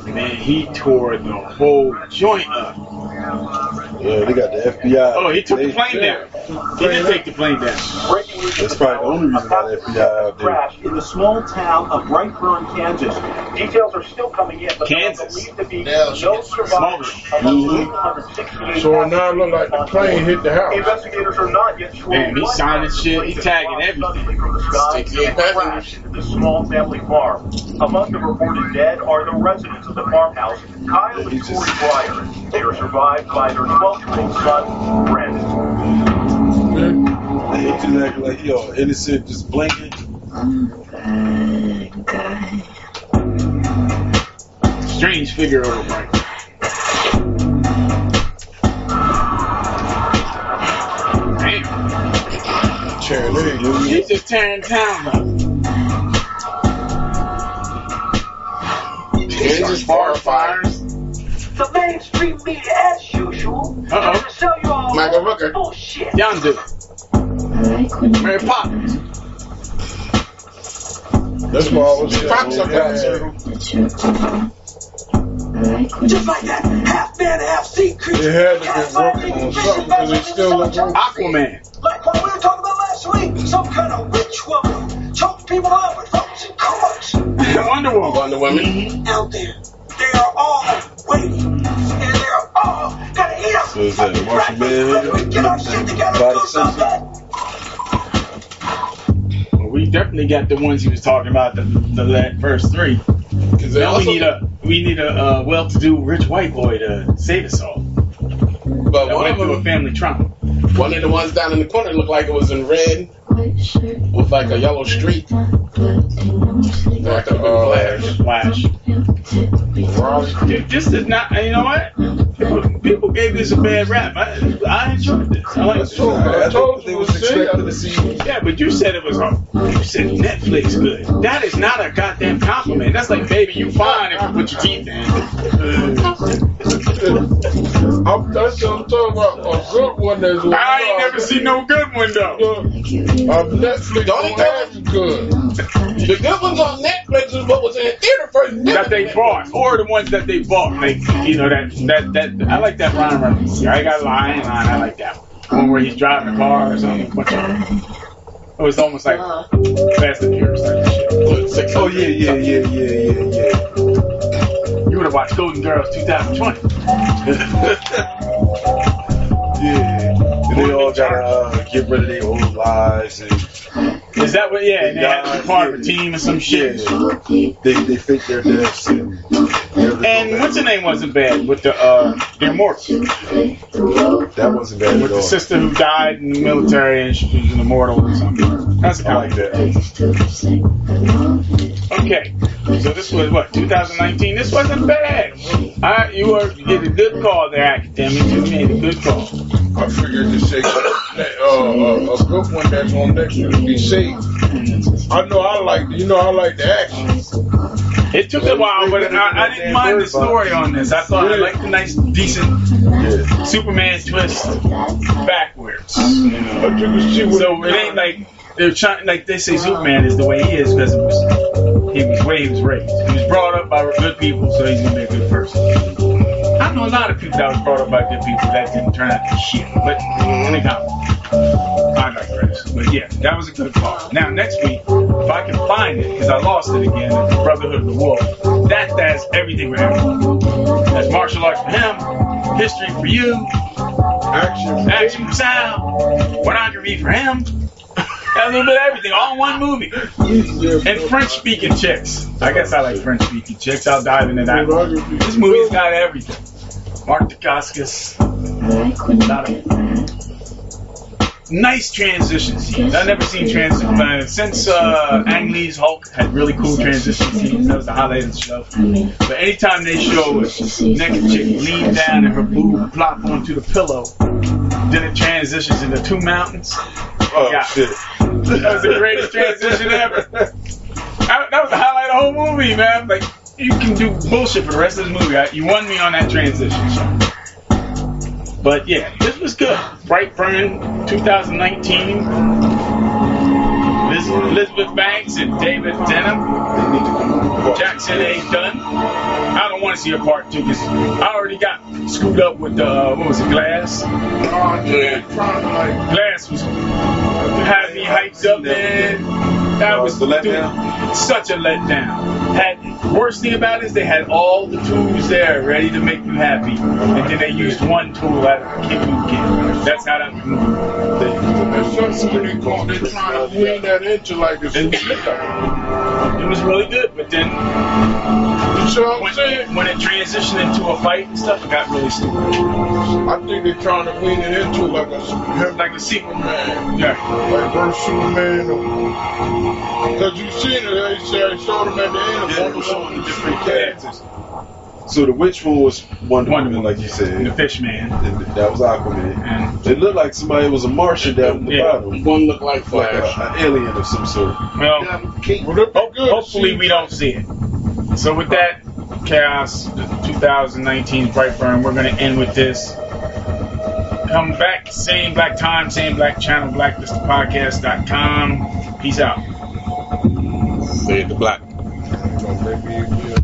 Speaker 15: Man, he tore the whole joint up.
Speaker 49: Yeah, they got the FBI.
Speaker 15: Oh, he took the
Speaker 49: They-
Speaker 15: plane down. He did take the plane down.
Speaker 49: That's probably the only reason why the FBI out there.
Speaker 11: crash in the small town of Brightburn, Kansas. Details are still coming in, but there are
Speaker 15: Kansas.
Speaker 11: believed to be
Speaker 10: Now
Speaker 11: no
Speaker 10: she gets
Speaker 11: survivors among the 868
Speaker 51: So now it look like the plane hit the house.
Speaker 11: Investigators are not yet sure.
Speaker 15: Damn, he
Speaker 11: what
Speaker 15: signing
Speaker 11: happened
Speaker 15: shit, he
Speaker 11: when
Speaker 15: tagging
Speaker 11: the
Speaker 15: everything.
Speaker 11: cloud suddenly From the sky
Speaker 10: Stick to your
Speaker 11: and crashed into the small family farm. Among the reported dead are the residents of the farmhouse, Kyle and Corey Breyer. They are survived by their 12-year-old son, Brandon.
Speaker 49: They hate to
Speaker 52: and acting like he all innocent, just blinking.
Speaker 15: Strange figure over Mike.
Speaker 52: Chair, there you
Speaker 15: He's just tearing town up.
Speaker 1: Jesus horrified.
Speaker 12: The mainstream media, as usual,
Speaker 15: Uh-oh.
Speaker 12: trying to sell you all
Speaker 1: Michael Rooker.
Speaker 12: bullshit.
Speaker 15: Yondu.
Speaker 12: Oh.
Speaker 15: Mary Poppins.
Speaker 10: That's why I was saying.
Speaker 1: Props up
Speaker 10: yeah.
Speaker 12: Just like that half man, half sea creature.
Speaker 10: It had to get working on something because it's still not working.
Speaker 15: Aquaman.
Speaker 12: Like what we were talking about last week, some kind of witch woman who chokes people up with ropes and cords.
Speaker 15: (laughs) Wonder Woman.
Speaker 1: Wonder Woman.
Speaker 12: Out there, they are all waiting, and they are all gonna eat us.
Speaker 52: So is that Martian Manhunter?
Speaker 12: Get our shit together,
Speaker 52: Body
Speaker 12: do something.
Speaker 15: Well, we definitely got the ones he was talking about, the, the la- first three.
Speaker 10: they
Speaker 15: Now we
Speaker 10: also-
Speaker 15: need a we need a uh, well-to-do rich white boy to save us all.
Speaker 1: But
Speaker 15: That
Speaker 1: one
Speaker 15: went
Speaker 1: of,
Speaker 15: through a
Speaker 1: them,
Speaker 15: family trauma.
Speaker 1: one of the ones down in the corner looked like it was in red with like a yellow streak. Like a uh,
Speaker 15: Flash. Dude, this is not. You know what? People, people gave this a bad rap. I, I enjoyed this. I like this.
Speaker 10: I told you, see, I
Speaker 15: Yeah, but you said it was on. You said Netflix good. That is not a goddamn compliment. That's like, baby, you fine if you put your teeth in.
Speaker 10: I'm, that's what I'm talking about. A good one that's
Speaker 15: I ain't never seen no good one though.
Speaker 10: I'm Netflix.
Speaker 1: Don't even-
Speaker 10: That's good.
Speaker 1: the good ones on Netflix is what was in the theater first.
Speaker 15: That they bought, or the ones that they bought. Like, you know that that that. I like that Ryan Reynolds. I got lying line. I like that one. One where he's driving a car or something. Bunch of- It was almost like Fast and Furious type of shit.
Speaker 52: Oh yeah, yeah, yeah, yeah, yeah, yeah.
Speaker 15: You would have watched Golden Girls 2020.
Speaker 52: Yeah. And they all gotta uh, get rid of their old lives and
Speaker 15: Is that what? Yeah, and they had to be part of a team or some shit.
Speaker 52: they they fake their deaths and
Speaker 15: And what's her name wasn't bad with the uh, their mortal
Speaker 52: that wasn't bad at
Speaker 15: with the
Speaker 52: all.
Speaker 15: sister who died in the military and she was an immortal or something. That's
Speaker 52: I
Speaker 15: kind
Speaker 52: like
Speaker 15: of like
Speaker 52: that.
Speaker 15: that. Okay, so this was what 2019. This wasn't bad. I you were you did a good call there, academic. You made a good call.
Speaker 10: I figured to say that, uh, uh, a good one that's on next year to be saved. I know I like you know I like the action.
Speaker 15: It took a while, but I, I didn't mind the story on this. I thought I liked the nice, decent
Speaker 52: Yeah.
Speaker 15: Superman twist backwards. You know.
Speaker 10: But you can see what
Speaker 15: So it ain't like they're trying. Like they say, Superman is the way he is because was, he was way he was raised. He was brought up by good people, so he's gonna be a good person. I know a lot of people that was brought up by good people that didn't turn out to be shit. But mm, anyhow, I digress. But yeah, that was a good call. Now next week, if I can find it, because I lost it again, it's the Brotherhood of the Wolf. That that's everything for everyone. That's martial arts for him, history for you,
Speaker 10: action.
Speaker 15: action for Sal, pornography for him, a little bit of everything, all in one movie. And French speaking chicks. I guess I like French speaking chicks. I'll dive into that. one. This movie's got everything. Mark Dacascos. Not a- Nice transition scenes. I've never seen transition uh, since uh, Ang Lee's Hulk had really cool transition scenes. That was the highlight of the show. But anytime they show a naked chick lean down and her boob plop onto the pillow, then it transitions into two mountains.
Speaker 52: Oh
Speaker 15: Yeah.
Speaker 52: shit.
Speaker 15: That was the greatest transition ever. I, that was the highlight of the whole movie, man. Like, you can do bullshit for the rest of the movie. I, you won me on that transition. But yeah, this was good. Bright Burn 2019. Liz, Elizabeth Banks and David Denham. Jackson A. Dunn. I don't want to see a part two because I already got screwed up with the, uh, what was it, Glass? Glass was had me hyped up, man. That was
Speaker 52: The letdown?
Speaker 15: dude, such a letdown. Had worst thing about it is they had all the tools there ready to make you happy, and then they used one tool out of the kick you get. That's how that movie.
Speaker 52: They used to
Speaker 53: That's what they call they trying to wing that into like it's
Speaker 15: It was really good, but then when, when it transitioned into a fight and stuff, it got really stupid.
Speaker 10: I think they're trying to wean it into like a
Speaker 15: like a Superman.
Speaker 10: Yeah. Like versus Superman. Because you seen it, they said they showed him at the end of Wonder Woman. Different characters.
Speaker 54: So the witch one was Wonder, Woman, like you said.
Speaker 15: the fish man.
Speaker 54: that was Aquaman. it looked like somebody was a Martian down in the bottom.
Speaker 53: One looked like
Speaker 54: Like a, an alien of some sort.
Speaker 15: Well,
Speaker 10: Oh,
Speaker 54: Oh,
Speaker 15: ho- hopefully we don't see it. So with that, Chaos 2019 Bright Burn, we're going to end with this. Come back, same black time, same black channel, blacklistedpodcast.com. Peace out.
Speaker 53: Save the black.
Speaker 10: Maybe, yeah.